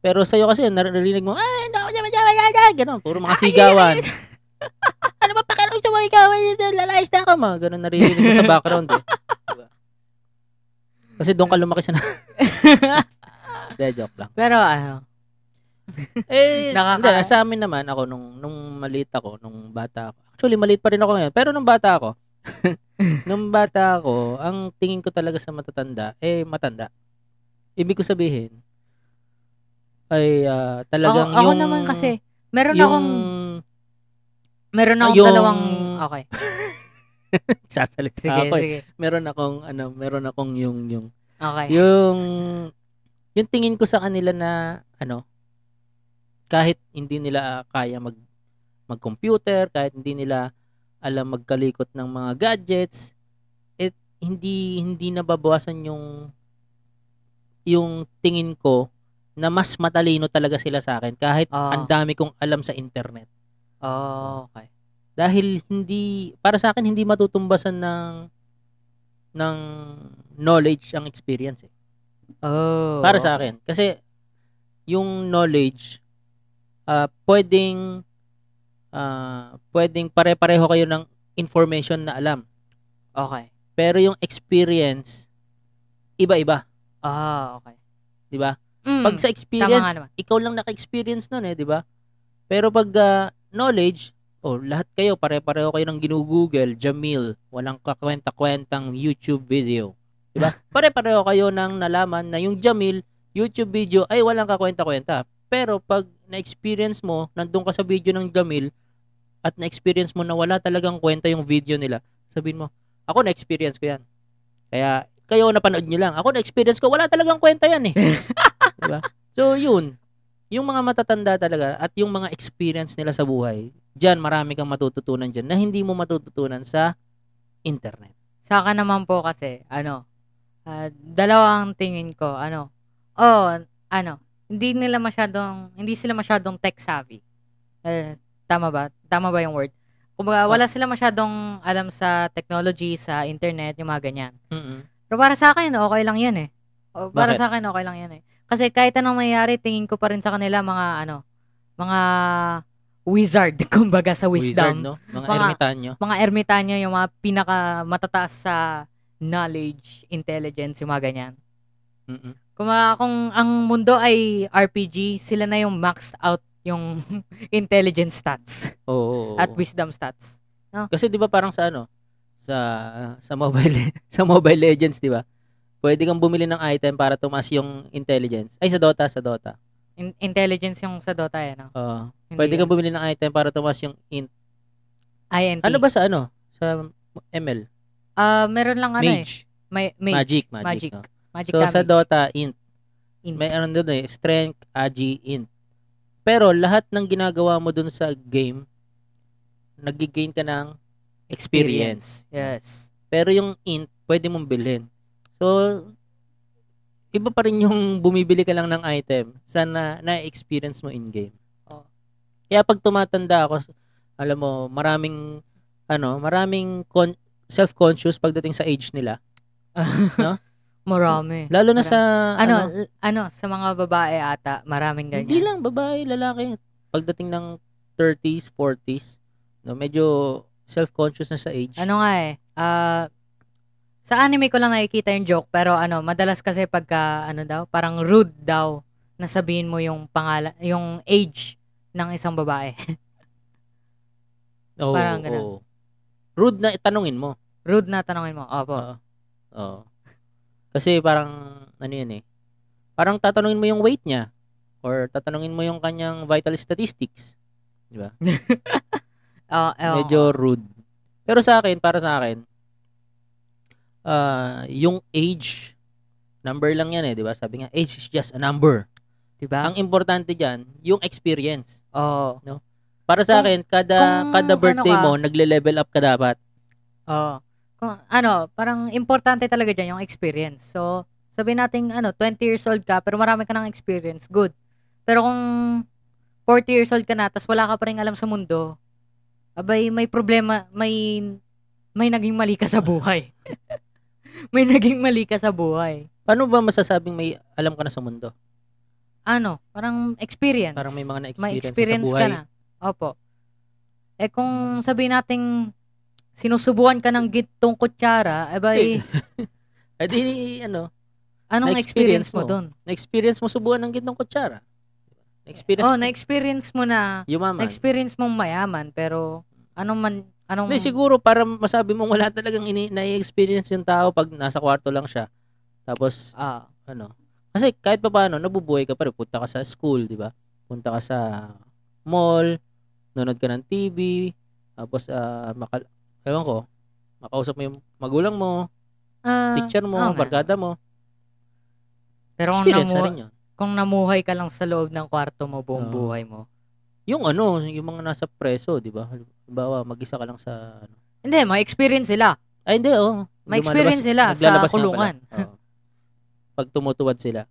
S2: Pero sa'yo kasi, naririnig mo, ay, no, no, no, no, no, no," ganun, puro
S1: Ah,
S2: mga sigawan. ano ba pakialam sa mga ikaw? Lalayas na ako, mga ganun, naririnig mo sa background eh. Diba? Kasi doon ka lumaki sa na. Hindi, joke lang.
S1: Pero ano,
S2: Eh,
S1: Nakaka-
S2: hindi, sa amin naman ako nung nung maliit ako, nung bata ako. Actually, maliit pa rin ako ngayon. Pero nung bata ako, nung bata ako, ang tingin ko talaga sa matatanda, eh matanda. Ibig ko sabihin, ay ah,
S1: ako,
S2: talagang
S1: ako
S2: yung...
S1: naman kasi, meron
S2: yung,
S1: akong, meron akong
S2: yung-
S1: dalawang, okay.
S2: Sasalita
S1: Sige,
S2: ako eh.
S1: sige.
S2: Meron akong, ano, meron akong yung, yung,
S1: Okay.
S2: yung, yung tingin ko sa kanila na, ano, kahit hindi nila ah, kaya mag, mag-computer, kahit hindi nila alam magkalikot ng mga gadgets, it, hindi, hindi nababawasan yung, yung tingin ko na mas matalino talaga sila sa akin kahit
S1: Ah.
S2: ang dami kong alam sa internet. Ah,
S1: Oh, okay.
S2: dahil hindi para sa akin hindi matutumbasan ng ng knowledge ang experience eh.
S1: Oh.
S2: Para sa akin kasi yung knowledge ah pwedeng ah pwedeng pare-pareho kayo ng information na alam
S1: Okay.
S2: pero yung experience iba-iba,
S1: Ah, okay.
S2: 'di ba?
S1: Mm,
S2: Pag
S1: tama
S2: sa
S1: nga
S2: experience,
S1: naman.
S2: ikaw lang naka-experience nun eh, 'di ba? Pero pag ah, knowledge, oh, lahat kayo pare-pareho kayo ng ginugoogle, Jamil, walang kakwenta-kwentang YouTube video. 'Di ba? pare-pareho kayo ng nalaman na yung Jamil YouTube video ay walang kakwenta-kwenta. Pero pag na-experience mo, nandun ka sa video ng Jamil at na-experience mo na wala talagang kwenta yung video nila, sabihin mo, ako na-experience ko yan. Kaya, kayo napanood nyo lang. Ako na-experience ko, wala talagang kwenta yan eh. diba? So, yun. Yung mga matatanda talaga at yung mga experience nila sa buhay, dyan marami kang matututunan dyan na hindi mo matututunan sa internet.
S1: Sa akin naman po kasi, ano, ah, dalawang tingin ko, ano, oh, ano, hindi nila masyadong, hindi sila masyadong tech savvy. Eh, tama ba? Tama ba yung word? Kumbaga, wala
S2: Ah.
S1: sila masyadong alam sa technology, sa internet, yung mga ganyan. Pero para sa akin, okay lang yan eh. O, Para
S2: Bakit?
S1: sa akin, okay lang yan eh. Kasi kahit anong mayayari, tingin ko pa rin sa kanila mga ano, mga wizard, kumbaga sa wisdom.
S2: Wizard, no? Mga,
S1: Mga-
S2: ermitanyo.
S1: Mga ermitanyo, yung mga pinaka matataas sa knowledge, intelligence, yung mga ganyan.
S2: Mm-mm.
S1: Kung, mga- kung ang mundo ay RPG, sila na yung maxed out yung intelligence stats
S2: Oo. oo, oo.
S1: at wisdom stats.
S2: Kasi 'di ba parang sa ano sa sa Mobile sa Mobile Legends 'di ba? Pwede kang bumili ng item para tumaas yung intelligence. Ay sa Dota, sa Dota.
S1: In- intelligence yung sa Dota, eh, no?
S2: Oo.
S1: Hindi
S2: pwede
S1: yun.
S2: kang bumili ng item para tumaas yung int.
S1: INT.
S2: Ano ba sa ano? Sa ML,
S1: Ah, meron lang ano eh.
S2: mage.
S1: May, mage.
S2: Magic, magic,
S1: Magic.
S2: no?
S1: Magic
S2: So sa
S1: damage.
S2: Dota int.
S1: Int.
S2: May ano doon eh, strength, agi, int. Pero lahat ng ginagawa mo doon sa game, nagigain ka ng experience.
S1: Yes.
S2: Pero yung int, pwede mong bilhin. So, iba pa rin yung bumibili ka lang ng item sa na, na-experience mo in-game.
S1: Oo.
S2: Kaya pag tumatanda ako, alam mo, maraming, ano, maraming con- self-conscious pagdating sa age nila.
S1: Marami.
S2: Lalo na sa,
S1: ano,
S2: ano,
S1: l- ano, sa mga babae ata, maraming ganyan.
S2: hindi lang babae, lalaki. Pagdating ng 30s, 40s, no, medyo self-conscious na sa age.
S1: Ano nga eh, ah, sa anime ko lang nakikita yung joke, pero ano, madalas kasi pagka, ano daw, parang rude daw na sabihin mo yung pangalan, yung age ng isang babae.
S2: Oo,
S1: parang ganun.
S2: oo. Rude na itanungin mo.
S1: rude na tanongin mo. Opo.
S2: Oo. Oo. Kasi parang, ano yun eh, parang tatanungin mo yung weight niya or tatanungin mo yung kanyang vital statistics.
S1: Oo, oo.
S2: Ah. Medyo rude. Pero sa akin, para sa akin, ah yung age, number lang yan eh, di ba? Sabi nga, age is just a number.
S1: diba?
S2: Ang importante dyan, yung experience.
S1: Oo.
S2: Para sa
S1: Kung-
S2: akin, kada
S1: kung
S2: kada
S1: ano
S2: birthday
S1: ka-
S2: mo, nagle-level up ka dapat.
S1: Oo. Kung, ano, parang importante talaga dyan yung experience. So, sabi natin, ano, 20 years old ka, pero marami ka ng experience, good. Pero kung 40 years old ka na, tas wala ka pa rin alam sa mundo, abay, may problema, may, may naging mali ka sa buhay. may naging mali ka sa buhay.
S2: Paano ba masasabing may alam ka na sa mundo?
S1: Ano, parang experience.
S2: Parang may mga
S1: may
S2: na-experience, ka
S1: experience
S2: sa
S1: ka
S2: buhay.
S1: na. Opo. Eh kung sabihin nating sinusubukan ka ng gintong kutsara, abay,
S2: Eh di, ano,
S1: anong experience
S2: Na-experience
S1: mo
S2: mo.
S1: doon?
S2: na-experience mo subuan ng gintong kutsara. Na-experience
S1: Oh,
S2: mo
S1: na-experience mo na,
S2: yumaman.
S1: na-experience mong mayaman, pero anong man, anong,
S2: Hindi, siguro para masabi mong wala talagang ini- na-experience yung tao pag nasa kwarto lang siya. Tapos,
S1: ah,
S2: ano, kasi kahit pa paano, nabubuhay ka pa rin. Punta ka sa school, di ba? Punta ka sa mall, nanonood ka ng TV, tapos, ah maka- ewan ko, makausap mo yung magulang mo,
S1: ah, ano
S2: teacher mo,
S1: oo nga.
S2: barkada mo.
S1: pero kung,
S2: Experience na
S1: namu-
S2: rin yun.
S1: kung namuhay ka lang sa loob ng kwarto mo buong
S2: Oo.
S1: buhay mo.
S2: Yung ano, yung mga nasa preso, di ba? Halimbawa, mag-isa ka lang sa ano.
S1: Hindi, may experience sila.
S2: Ay, hindi, oo.
S1: May experience sila sa
S2: naglalabas nga pala.
S1: kulungan.
S2: Oo. Pag tumutuwad sila.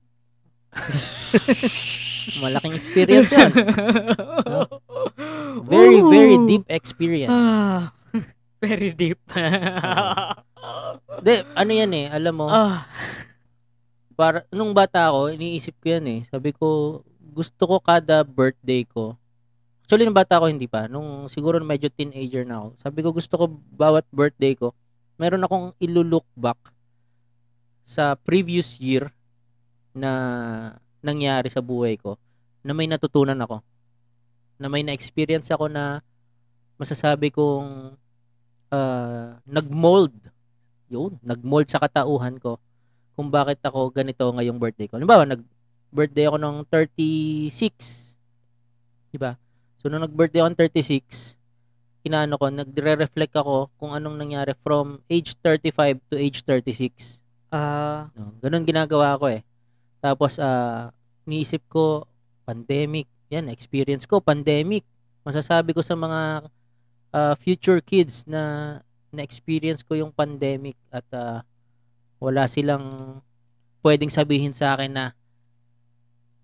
S2: Malaking experience yan. Very, very
S1: Ooh.
S2: deep experience.
S1: Ah, very deep.
S2: Hindi, ano yan eh, alam mo,
S1: Ah,
S2: para, nung bata ako, iniisip ko yan eh. Sabi ko, gusto ko kada birthday ko, actually nung bata ako hindi pa, nung siguro medyo teenager na ako, sabi ko gusto ko bawat birthday ko, meron akong ilulook back sa previous year na nangyari sa buhay ko na may natutunan ako. Na may na-experience ako na masasabi kong ah, nag-mold. Yun, nag-mold sa katauhan ko kung bakit ako ganito ngayong birthday ko. Halimbawa, nag-birthday ako ng 36. Diba? So, nung nag-birthday ako ng 36, inaano ko, nagre-reflect ako kung anong nangyari from age 35 to age 36.
S1: ah,
S2: No, ganun ginagawa ko eh. Tapos, ah, niisip ko, pandemic. Yan, experience ko, pandemic. Masasabi ko sa mga ah, future kids na na-experience ko yung pandemic at ah, wala silang pwedeng sabihin sa akin na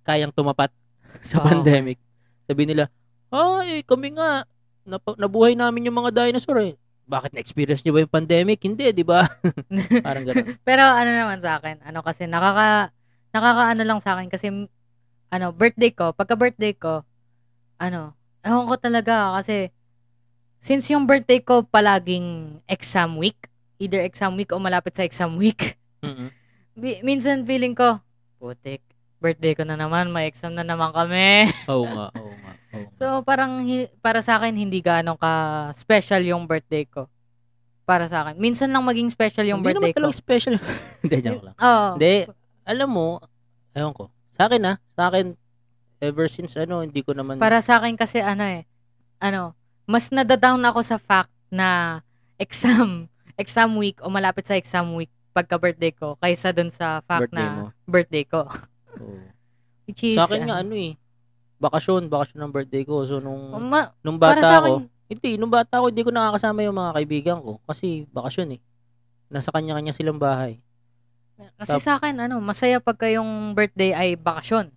S2: kayang tumapat sa
S1: Oo.
S2: pandemic. Sabi nila, ay, kami nga, nap- nabuhay namin yung mga dinosaur eh. Bakit na-experience nyo ba yung pandemic? Hindi, di ba? Parang ganun.
S1: Pero ano naman sa akin, ano kasi nakaka nakakaano lang sa akin kasi m- ano, birthday ko, pagka birthday ko, ano, Ewan ko talaga kasi since yung birthday ko palaging exam week, either exam week o malapit sa exam week,
S2: Mm-mm.
S1: bi- minsan feeling ko, putik, birthday ko na naman, may exam na naman kami.
S2: Oo nga, oo nga. oo nga.
S1: so parang hi- para sa akin hindi gaano ka special yung birthday ko. Para sa akin. Minsan lang maging special yung
S2: Hindi naman
S1: birthday ko. Oh.
S2: talaga special. Hindi, joke lang.
S1: Oo.
S2: Hindi, alam mo, ewan ko. Sa akin ah, sa akin, ever since ano, hindi ko naman,
S1: Para sa akin kasi ano eh, ano, mas nadadown ako sa fact na exam, exam week o malapit sa exam week pagka birthday ko kaysa dun sa fact
S2: Birthday
S1: na
S2: mo.
S1: birthday ko.
S2: Oo.
S1: Which is,
S2: sa akin nga ano eh, bakasyon, bakasyon ng birthday ko. So
S1: ano,
S2: nung,
S1: ma-
S2: nung
S1: para sa
S2: bata
S1: akin,
S2: ako, hindi, nung bata ako, hindi ko nakakasama yung mga kaibigan ko kasi bakasyon eh. Nasa kanya-kanya silang bahay.
S1: kasi
S2: tap-
S1: sa akin, ano, masaya pagka yung birthday ay bakasyon.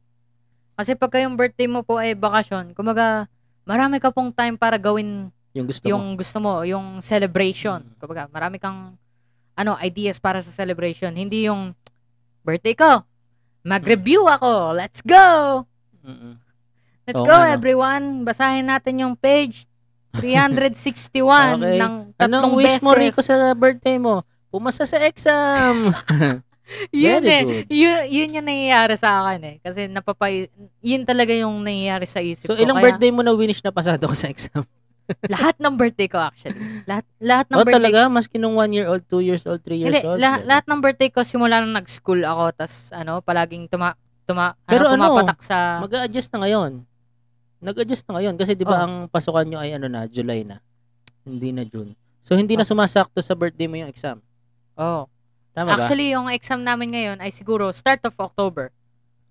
S1: Kasi pagka yung birthday mo po ay bakasyon, kumaga, marami ka pong time para gawin
S2: Yung gusto
S1: yung
S2: mo.
S1: gusto mo, yung celebration.
S2: Mm.
S1: Kumbaga, marami kang ano, ideas para sa celebration. Hindi yung birthday ko. Mag-review ako. Let's go.
S2: Mm-mm.
S1: Let's
S2: Mm. Oo
S1: go
S2: nga, no?
S1: everyone. Basahin natin yung page 361
S2: Okay.
S1: ng tatlong
S2: Anong wish
S1: beses.
S2: mo, Rico, sa birthday mo? Pumasa sa exam!
S1: yun
S2: Very
S1: eh.
S2: good.
S1: Yun, yun yung nangyayari sa akin eh. Kasi napapay... Yun talaga yung nangyayari sa isip
S2: so,
S1: ko.
S2: ilang
S1: Kaya
S2: birthday mo na winish na pasado ko sa exam?
S1: Lahat ng birthday ko actually. Lahat, lahat ng
S2: Oh,
S1: birthday
S2: talaga? Maski nung 1 year old, 2 years old, 3 years
S1: Hindi,
S2: old?
S1: lah-
S2: ganun.
S1: lahat ng birthday ko simula nung nag-school ako, tas ano, palaging tuma, tuma,
S2: Pero
S1: ano,
S2: ano,
S1: pumapatak sa,
S2: Mag-a-adjust na ngayon. Nag-adjust na ngayon kasi 'di
S1: Oh.
S2: ba ang pasukan nyo ay ano na July na. Hindi na June. So hindi na sumasakto sa birthday mo yung exam.
S1: oh.
S2: Tama ba?
S1: Actually, yung exam namin ngayon ay siguro start of October.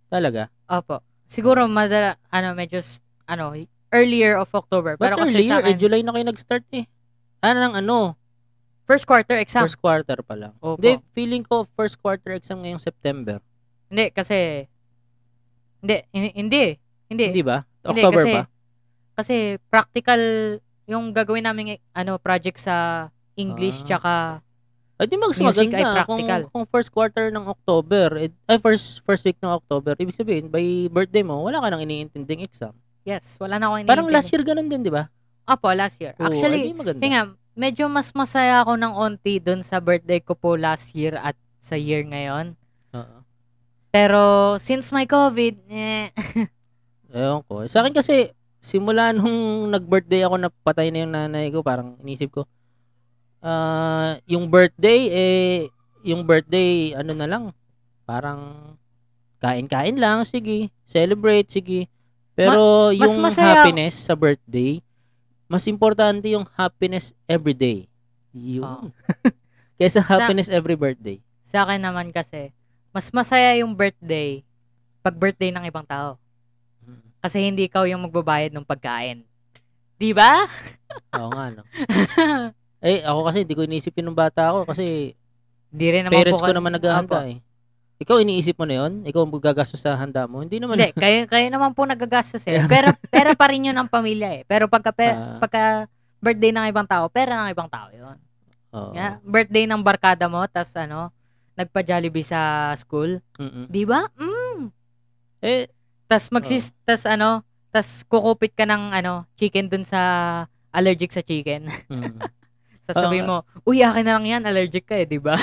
S2: Talaga?
S1: Opo. Siguro, madala, ano, medyo, s- ano, earlier of October. Pero
S2: But
S1: kasi
S2: earlier,
S1: sa
S2: eh,
S1: akin,
S2: July na kayo nag-start eh. Ano ng ano?
S1: first quarter exam.
S2: First quarter pa lang.
S1: Opo.
S2: Hindi, feeling ko first quarter exam ngayong September.
S1: Hindi, kasi, hindi, hin- hindi, hindi.
S2: Hindi ba?
S1: Hindi,
S2: October
S1: kasi,
S2: pa?
S1: Kasi, practical, yung gagawin namin, ano, project sa English,
S2: Ah.
S1: tsaka,
S2: Ay, di mag
S1: music ay
S2: maganda. Kung,
S1: practical.
S2: kung first quarter ng October, eh, ay, first first week ng October, ibig sabihin, by birthday mo, wala ka nang iniintinding exam.
S1: yes, wala na akong
S2: Parang
S1: iniintindi.
S2: last year ganun din, di ba?
S1: Opo, last year.
S2: Oo,
S1: Actually,
S2: ay, di maganda.
S1: Tinga, medyo mas masaya ako ng onti dun sa birthday ko po last year at sa year ngayon.
S2: Oo.
S1: Pero since my COVID, eh,
S2: Ewan ko. Sa akin kasi, simula nung nag-birthday ako na patay na yung nanay ko, parang inisip ko, ah, yung birthday, eh, yung birthday, ano na lang, parang kain-kain lang, sige, celebrate, sige. Pero
S1: mas
S2: yung
S1: masaya-
S2: happiness sa birthday, mas importante yung happiness every day. Yun. Kesa happiness every birthday.
S1: sa akin naman kasi, mas masaya yung birthday pag birthday ng ibang tao.
S2: Mm.
S1: Kasi hindi ikaw yung magbabayad ng pagkain. Di ba?
S2: Oo nga, no? eh, ako kasi, hindi ko iniisip yun nung bata ako kasi
S1: Di rin naman
S2: parents
S1: po
S2: ko
S1: ka-
S2: naman
S1: Opo.
S2: naghahanda eh. Ikaw, iniisip mo na yun? Ikaw ang gagastos sa handa mo? Hindi naman.
S1: Hindi, kayo, kayo naman po nagagastos eh. Pero pera pa rin yun ng pamilya eh. Pero pagka, pe-
S2: Ah.
S1: pagka birthday ng ibang tao, pera ng ibang tao yun.
S2: Oo.
S1: Yeah, birthday ng barkada mo, tas ano, nagpa Jollibee sa school,
S2: Mm-mm.
S1: 'di ba? Mm.
S2: Eh,
S1: Tas magsis tas ano, tas kukupit ka ng ano, chicken dun sa allergic sa chicken.
S2: mm.
S1: Sasabihin mo, "Uy, akin na lang 'yan, allergic ka eh, 'di ba?"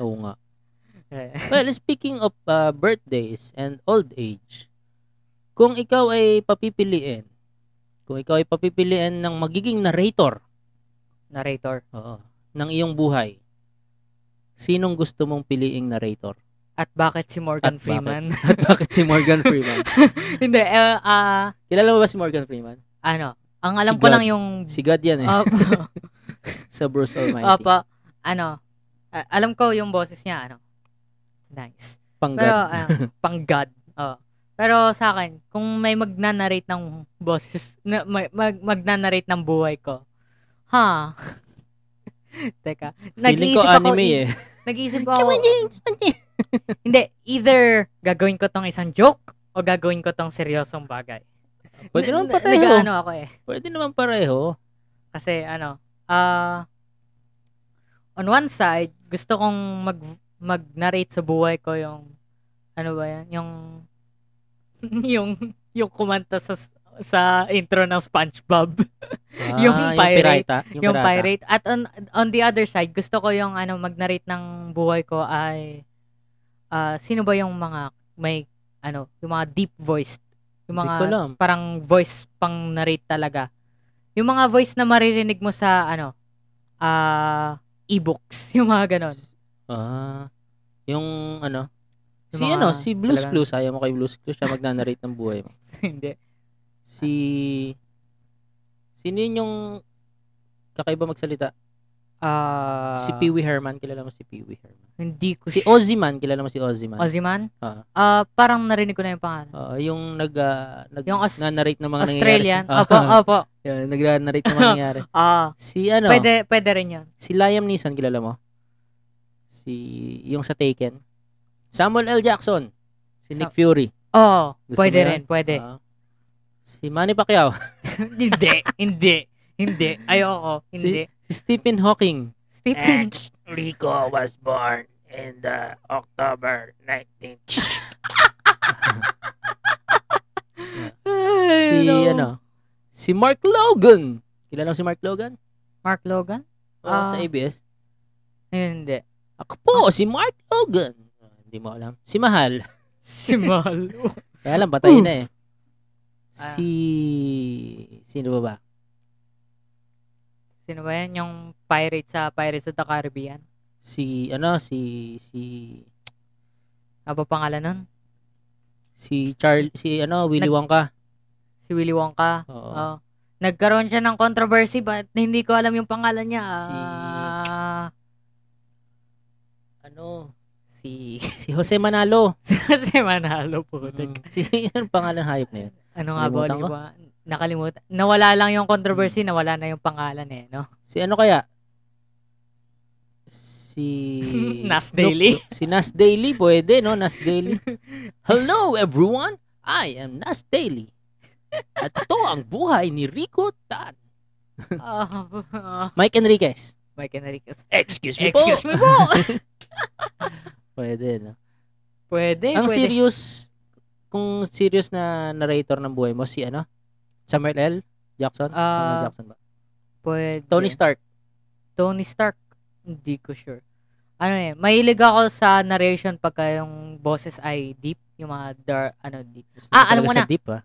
S2: oo nga. Well, speaking of uh, birthdays and old age, kung ikaw ay papipiliin, kung ikaw ay papipiliin ng magiging narrator
S1: Narrator
S2: oo, ng iyong buhay, sinong gusto mong piliing narrator?
S1: at bakit si
S2: At
S1: Morgan
S2: bakit?
S1: Freeman?
S2: At bakit si Morgan Freeman?
S1: Hindi, eh, ah,
S2: Kilala mo ba si Morgan Freeman?
S1: ano, ang alam
S2: Si
S1: ko
S2: God.
S1: lang yung
S2: Si God yan eh,
S1: Opo,
S2: sa Bruce Almighty.
S1: Ah. opo, ano, a- alam ko yung boses niya, ano. Nice.
S2: Pang
S1: Pero,
S2: God.
S1: ah, pang God. Oo. Pero sa akin, kung may magnanarrate ng boses, na, mag, mag, magnanarrate ng buhay ko, ha? Teka.
S2: Feeling
S1: Nag-iisip
S2: ko
S1: ako,
S2: anime eh.
S1: nag-iisip ako, hindi, either gagawin ko tong isang joke o gagawin ko tong seryosong bagay.
S2: Pwede
S1: Na-
S2: naman
S1: na-
S2: pareho.
S1: nag-ano ako eh.
S2: Pwede naman pareho.
S1: Kasi ano, ah on one side, gusto kong mag mag-narrate sa buhay ko yung ano ba yan, yung yung yung kumanta sa s- sa intro ng SpongeBob. Yung
S2: Ah,
S1: pirate.
S2: pirata, Yung,
S1: yung
S2: pirata.
S1: pirate. At on, on the other side, gusto ko yung ano, mag-narrate ng buhay ko ay ah, sino ba yung mga may ano, yung mga deep voiced, yung
S2: Hindi ko
S1: mga
S2: alam.
S1: parang voice pang narrate talaga. Yung mga voice na maririnig mo sa ano, ah e-books, yung mga ganon.
S2: Ah, yung ano?
S1: Yung
S2: Si
S1: mga
S2: ano, si Blues
S1: talagang-
S2: Clues. Ayaw mo kay Blues Clues. Siya magnanarrate ng buhay mo.
S1: Hindi.
S2: Si... Sino yun yung kakaiba magsalita?
S1: Ah,
S2: si Pee Wee Herman. Kilala mo si Pee Wee Herman.
S1: Hindi ko
S2: Si
S1: sure.
S2: Ozyman. Kilala mo si Ozyman.
S1: Ozyman?
S2: Ah.
S1: Ah, parang narinig ko na yung pangalan.
S2: Oo, yung nag, ah, nag
S1: Yung Aus-
S2: nanarrate ng mga
S1: Australian?
S2: nangyayari.
S1: Opo, opo.
S2: Yan, nagra-narrate ng mga nangyayari.
S1: Ah,
S2: Si ano?
S1: pwede, pwede rin yun.
S2: Si Liam Neeson, kilala mo? Si, yung sa Taken. Samuel L. Jackson. Si
S1: Sa-
S2: Nick Fury.
S1: Oo,
S2: Gusto
S1: pwede
S2: mo yun?
S1: rin, pwede.
S2: Ah. si Manny Pacquiao.
S1: hindi, hindi, hindi. Ayoko, hindi.
S2: si Stephen Hawking.
S1: Stephen,
S2: Rico was born in the October 19th. si ano? Si Mark Logan. Kilala mo si Mark Logan?
S1: Mark Logan?
S2: Oo,
S1: Ah.
S2: sa ABS.
S1: Ayun, hindi.
S2: Ako po, si Mark Logan. Ah, Hindi mo alam. Si Mahal.
S1: Si Malo.
S2: Kaya alam, patay
S1: Oof.
S2: na eh.
S1: Ah.
S2: Si... Sino ba ba?
S1: Sino ba yan? Yung pirate sa Pirates of the Caribbean?
S2: Si, ano, si... Si...
S1: Ano ba pangalan nun?
S2: Si Charlie... Si, ano, Willy
S1: Nag- Ah.
S2: Wonka.
S1: Si Willy Wonka?
S2: Oo.
S1: Oo. Nagkaroon siya ng controversy but hindi ko alam yung pangalan niya.
S2: Si-
S1: Ah,
S2: Ano?
S1: si...
S2: Si Jose Manalo.
S1: si Manalo po.
S2: Mm. si... Ano pangalan ng hayop na yun?
S1: Ano nga ba?
S2: Nalimutan
S1: di
S2: ko. Hmm.
S1: ba? Nakalimutan. Nawala lang yung controversy, nawala na yung pangalan eh, no?
S2: Si ano kaya? Si...
S1: Nas
S2: Snoop-
S1: Daily.
S2: Si Nas Daily, pwede, no? Nas Daily. Hello, everyone! I am Nas Daily. At ito ang buhay ni Rico Tan.
S1: Ah,
S2: Mike Enriquez.
S1: Mike Enriquez.
S2: Excuse
S1: Excuse me po!
S2: Pwede, no?
S1: pwede,
S2: ang
S1: Eh, pwede.
S2: serious, kung serious na narrator ng buhay mo, si ano? Samuel L. Jackson? Samuel
S1: Ah,
S2: Jackson ba?
S1: Pwede.
S2: Tony Stark.
S1: Tony Stark. Hindi ko sure. Ano eh, mahilig ako sa narration pagka yung boses ay deep, yung mga dar, ano, deep.
S2: Gusto
S1: Ah,
S2: ko
S1: alam
S2: talaga
S1: mo
S2: sa
S1: na.
S2: Deep, ah.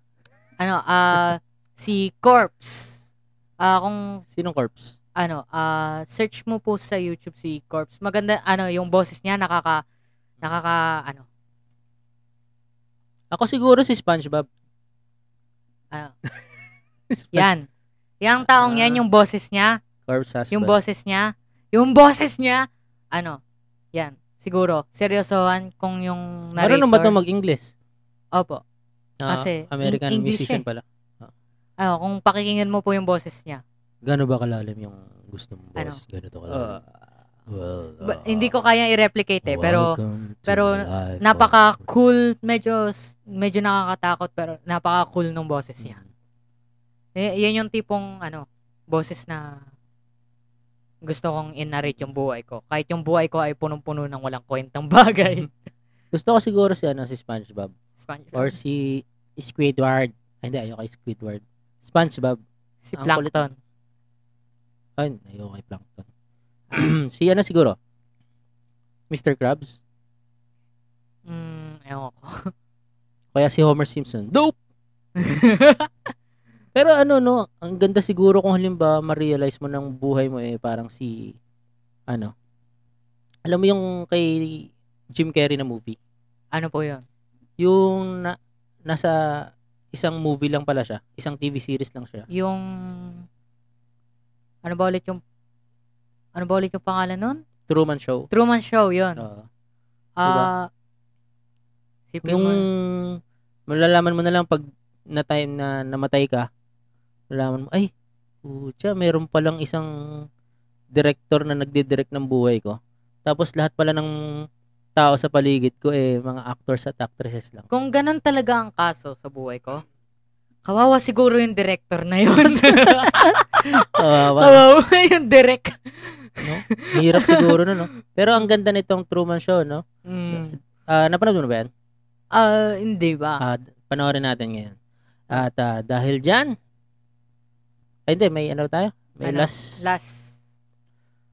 S1: Ano, ah, si Corpse. Ah, kung,
S2: Sinong corpse?
S1: ano, ah, search mo po sa YouTube si Corpse. Maganda, ano, yung boses niya, nakaka, nakaka, ano,
S2: Ako siguro si SpongeBob.
S1: Ah.
S2: Sponge-
S1: yan. Yang taong yan,
S2: Ah.
S1: yung boses niya,
S2: Corpse husband.
S1: yung boses niya, yung boses niya, ano, yan, siguro, seryosohan kung yung narrator.
S2: Marunong ba ito mag-English?
S1: Opo.
S2: Ah,
S1: Kasi,
S2: American
S1: in- English eh.
S2: musician pala.
S1: Ano, kung pakikinggan mo po yung boses niya.
S3: Gano'n ba kalalim yung gusto mong
S1: Ano?
S3: boses? Gano'n to kalalim?
S2: Uh,
S3: well,
S2: Ah.
S1: Ba-
S3: uh,
S1: hindi ko kaya i-replicate eh,
S2: ano
S1: pero
S3: welcome to
S1: pero
S3: the life of-
S1: napaka-cool, medyo s- medyo nakakatakot pero napaka-cool ng boses niya. Eh, yan yung tipong ano, boses na gusto kong in-narrate yung buhay ko. Kahit yung buhay ko ay punong-puno ng walang kwentang bagay.
S2: gusto ko siguro si ano si SpongeBob or
S1: SpongeBob.
S2: si Squidward. Ay, hindi ayoko kay Squidward. SpongeBob.
S1: si
S2: ang kulit.
S1: Plankton.
S2: Ay, ayoko kay Plankton. si ano siguro? Mr. Krabs.
S1: Mm, ewan ko.
S2: Kaya si Homer Simpson. Dope! Pero ano no, ang ganda siguro kung halimbawa ma-realize mo ng buhay mo eh parang si ano. Alam mo yung kay Jim Carrey na movie.
S1: ano po yun?
S2: Yung na, nasa isang movie lang pala siya, isang TV series lang siya.
S1: Yung ano ba ulit yung ano ba ulit yung pangalan nun?
S2: Truman Show. Ano,
S1: Truman Show yun.
S2: Oo.
S1: Ah. Sipin
S2: Diba? yung ano?
S1: mo.
S2: malalaman mo na lang pag na time na namatay ka, malalaman mo, ay, putya, meron palang isang director na nagdidirect ng buhay ko. Tapos lahat pala ng tao sa paligid ko eh mga actors at actresses lang.
S1: Kung ganun talaga ang kaso sa buhay ko, kawawa siguro yung director na yun.
S2: Kawawa.
S1: kawawa yung direct.
S2: Ah, Hirap siguro no, no. Pero ang ganda nitong Truman Show, no?
S1: Mm.
S2: Ah, napanood mo na ba yan?
S1: Ah, hindi ba?
S2: Ah, panoorin natin ngayon. Ah, At ah, dahil dyan, ay hindi, may ano tayo? May
S1: Ano?
S2: last.
S1: Last.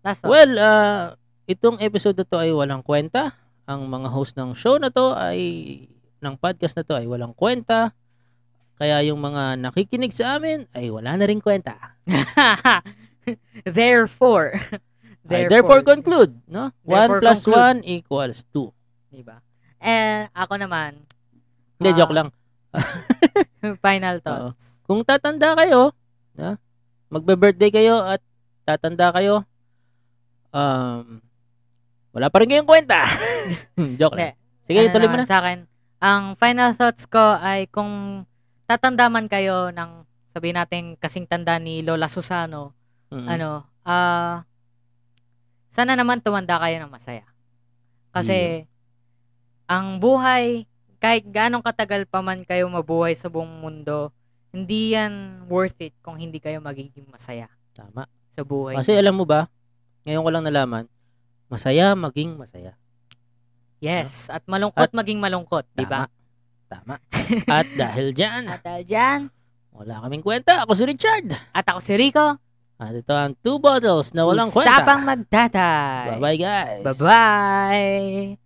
S1: Last thoughts.
S2: Well, ah, itong episode na to ay walang kwenta. Ang mga host ng show na to ay, ng podcast na to ay walang kwenta. Kaya yung mga nakikinig sa amin ay wala na rin kwenta.
S1: therefore.
S2: I therefore conclude, no? 1
S1: Therefore
S2: plus
S1: conclude.
S2: 1 equals 2.
S1: Diba? And ako naman, Ah.
S2: Hindi, joke lang.
S1: final thoughts.
S2: Kung tatanda kayo, na, magbe-birthday kayo at tatanda kayo, um, wala pa rin kayong kwenta. joke lang. Sige,
S1: Ano
S2: tuloy mo
S1: naman
S2: na.
S1: Sa akin, ang final thoughts ko ay kung tatandaman kayo ng sabihin natin kasing tanda ni Lola Susano,
S2: Mm.
S1: ano, ah sana naman tumanda kayo ng masaya. Kasi ang buhay, kahit gaano katagal pa man kayo mabuhay sa buong mundo, hindi yan worth it kung hindi kayo magiging masaya
S2: Tama.
S1: sa buhay.
S2: Kasi alam mo ba, ngayon ko lang nalaman, masaya maging masaya.
S1: yes, at malungkot
S2: At-
S1: maging malungkot, di ba?
S2: Tama. Tama. At dahil dyan,
S1: At dahil dyan,
S2: wala kaming kwenta. Ako si Richard.
S1: at ako si Rico,
S2: At ito ang two bottles na walang kwenta.
S1: usapang magtatay.
S2: Bye-bye guys.
S1: Bye-bye.